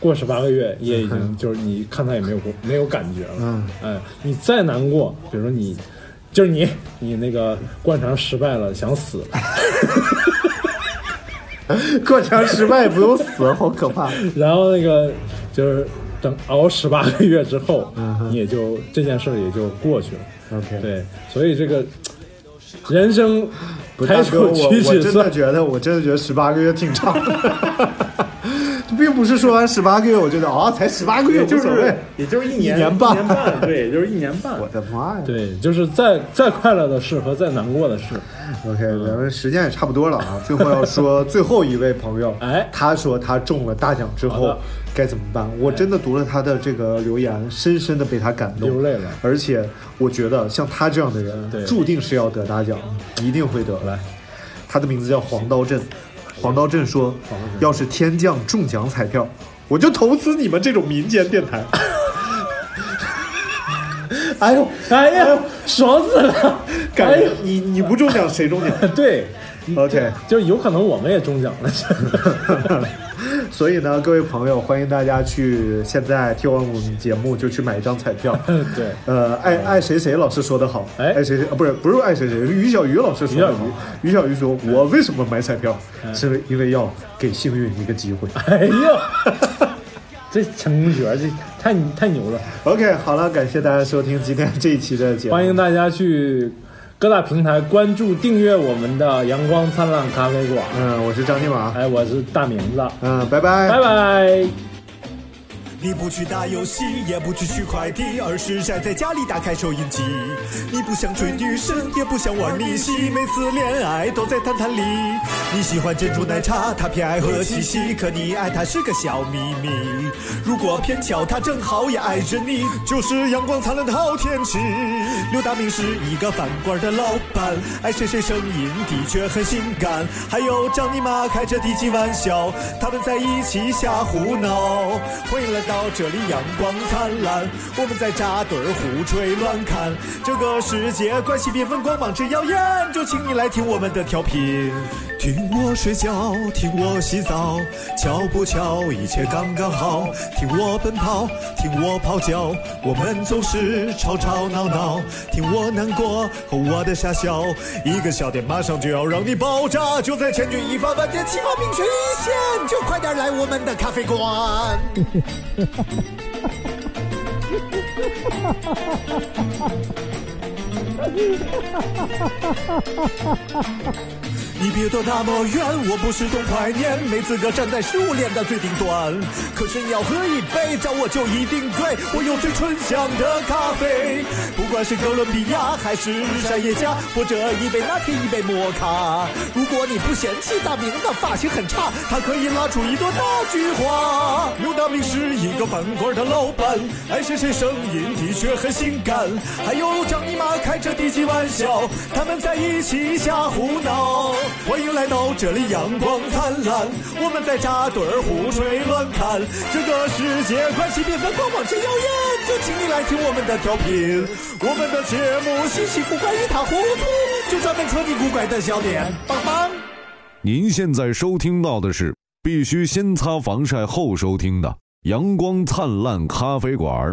J: 过十八个月也已经就是你看他也没有过没有感觉了，
I: 嗯
J: 哎，你再难过，比如说你就是你你那个灌肠失败了想死了，
I: 过墙失败不用死，好可怕。
J: 然后那个就是等熬十八个月之后，
I: 嗯哼
J: 你也就这件事儿也就过去了，
I: OK，
J: 对，所以这个嗯人生
I: 不
J: 排
I: 大
J: 除
I: 哥，我
J: 取
I: 我
J: 取
I: 真
J: 算
I: 的。觉得，我真的觉得十八个月挺长的。 并不是说完十八个月，我觉得啊，才十八个月
A: 也
I: 无
A: 就
I: 所谓
A: 是。也就是一年
I: 一年半
A: 一年半，对，也就是一年半
I: 我。的妈呀！
J: 对，就是再再快乐的事和再难过的事，
I: OK，咱
J: 嗯
I: 们时间也差不多了啊， 最后要说最后一位朋友，
J: 哎
I: 他说他中了大奖之
J: 好
I: 后
J: 的哎
I: 该怎么办？我真的读了他的这个留言，深深的被他感动，
J: 流泪了
I: 而且我觉得像他这样的
J: 对
I: 人，注定是要得大奖，一定会得。
J: 来，
I: 他的名字叫黄刀镇，黄刀镇说，要是天降中奖彩票，我就投资你们这种民间电台。哎呦，
J: 哎呀，爽死了！
I: 感
J: 哎
I: 觉
J: 呦，
I: 你你不中奖谁中奖
J: 对，
I: ？OK。
J: 就有可能我们也中奖了。
I: 所以呢，各位朋友，欢迎大家去现在听完我们节目就去买一张彩票。
J: 对
I: 呃，爱爱谁谁老师说的好，
J: 哎
I: 爱谁谁啊，不是不是爱谁谁，是于小鱼老师说的好。于小鱼说，
J: 哎
I: 我为什么买彩票，是因为要给幸运一个机会。
J: 哎呦， 这陈公爵这太太牛了！
I: OK，好了，感谢大家收听今天这一期的节目，
J: 欢迎大家去各大平台关注、订阅我们的阳光灿烂咖啡馆。
I: 嗯，我是张金马，
J: 哎，我是大明子，
I: 嗯，拜拜，
J: 拜拜。
B: 你不去打游戏，也不去取快递，而是宅在家里打开收音机。你不想追女神，也不想玩密戏，每次恋爱都在谈谈里。你喜欢珍珠奶茶，他偏爱喝西西，可你爱他是个小秘密。如果偏巧他正好也爱着你，就是阳光灿烂的好天气。刘大明是一个饭馆的老板，爱哎谁谁声音的确很性感，还有张尼玛开着低级玩笑，他们在一起瞎胡闹。欢迎来到这里，阳光灿烂，我们在扎堆儿胡吹乱侃，这个世界关系缤纷，光芒之耀眼，就请你来听我们的调频。听我睡觉，听我洗澡，巧不巧，一切刚刚好。听我奔跑，听我咆哮，我们总是吵吵闹闹。听我难过和我的傻笑，一个笑点马上就要让你爆炸，就在千钧一发、万箭齐发、命悬一线，就快点来我们的咖啡馆。你别躲那么远，我不是东怀念，没资格站在食物链的最顶端。可是你要喝一杯，找我就一定对，我有最醇香的咖啡。不管是哥伦比亚还是山野家，或者一杯拿铁一杯摩卡。如果你不嫌弃大明的发型很差，他可以拉出一朵大菊花。刘大明是一个饭馆的老板，哎爱谁谁声音的确很性感，还有张尼玛开着低级玩笑，他们在一起瞎胡闹。欢迎来到这里，阳光灿烂，我们在扎堆儿胡吹乱侃，这个世界关系缤纷，光芒之耀眼，就请你来听我们的调频，我们的节目稀奇古怪一塌糊涂，就专门戳你古怪的笑点，棒棒。
H: 您现在收听到的是
C: 必须先擦防晒后收听的《阳光灿烂咖啡馆》。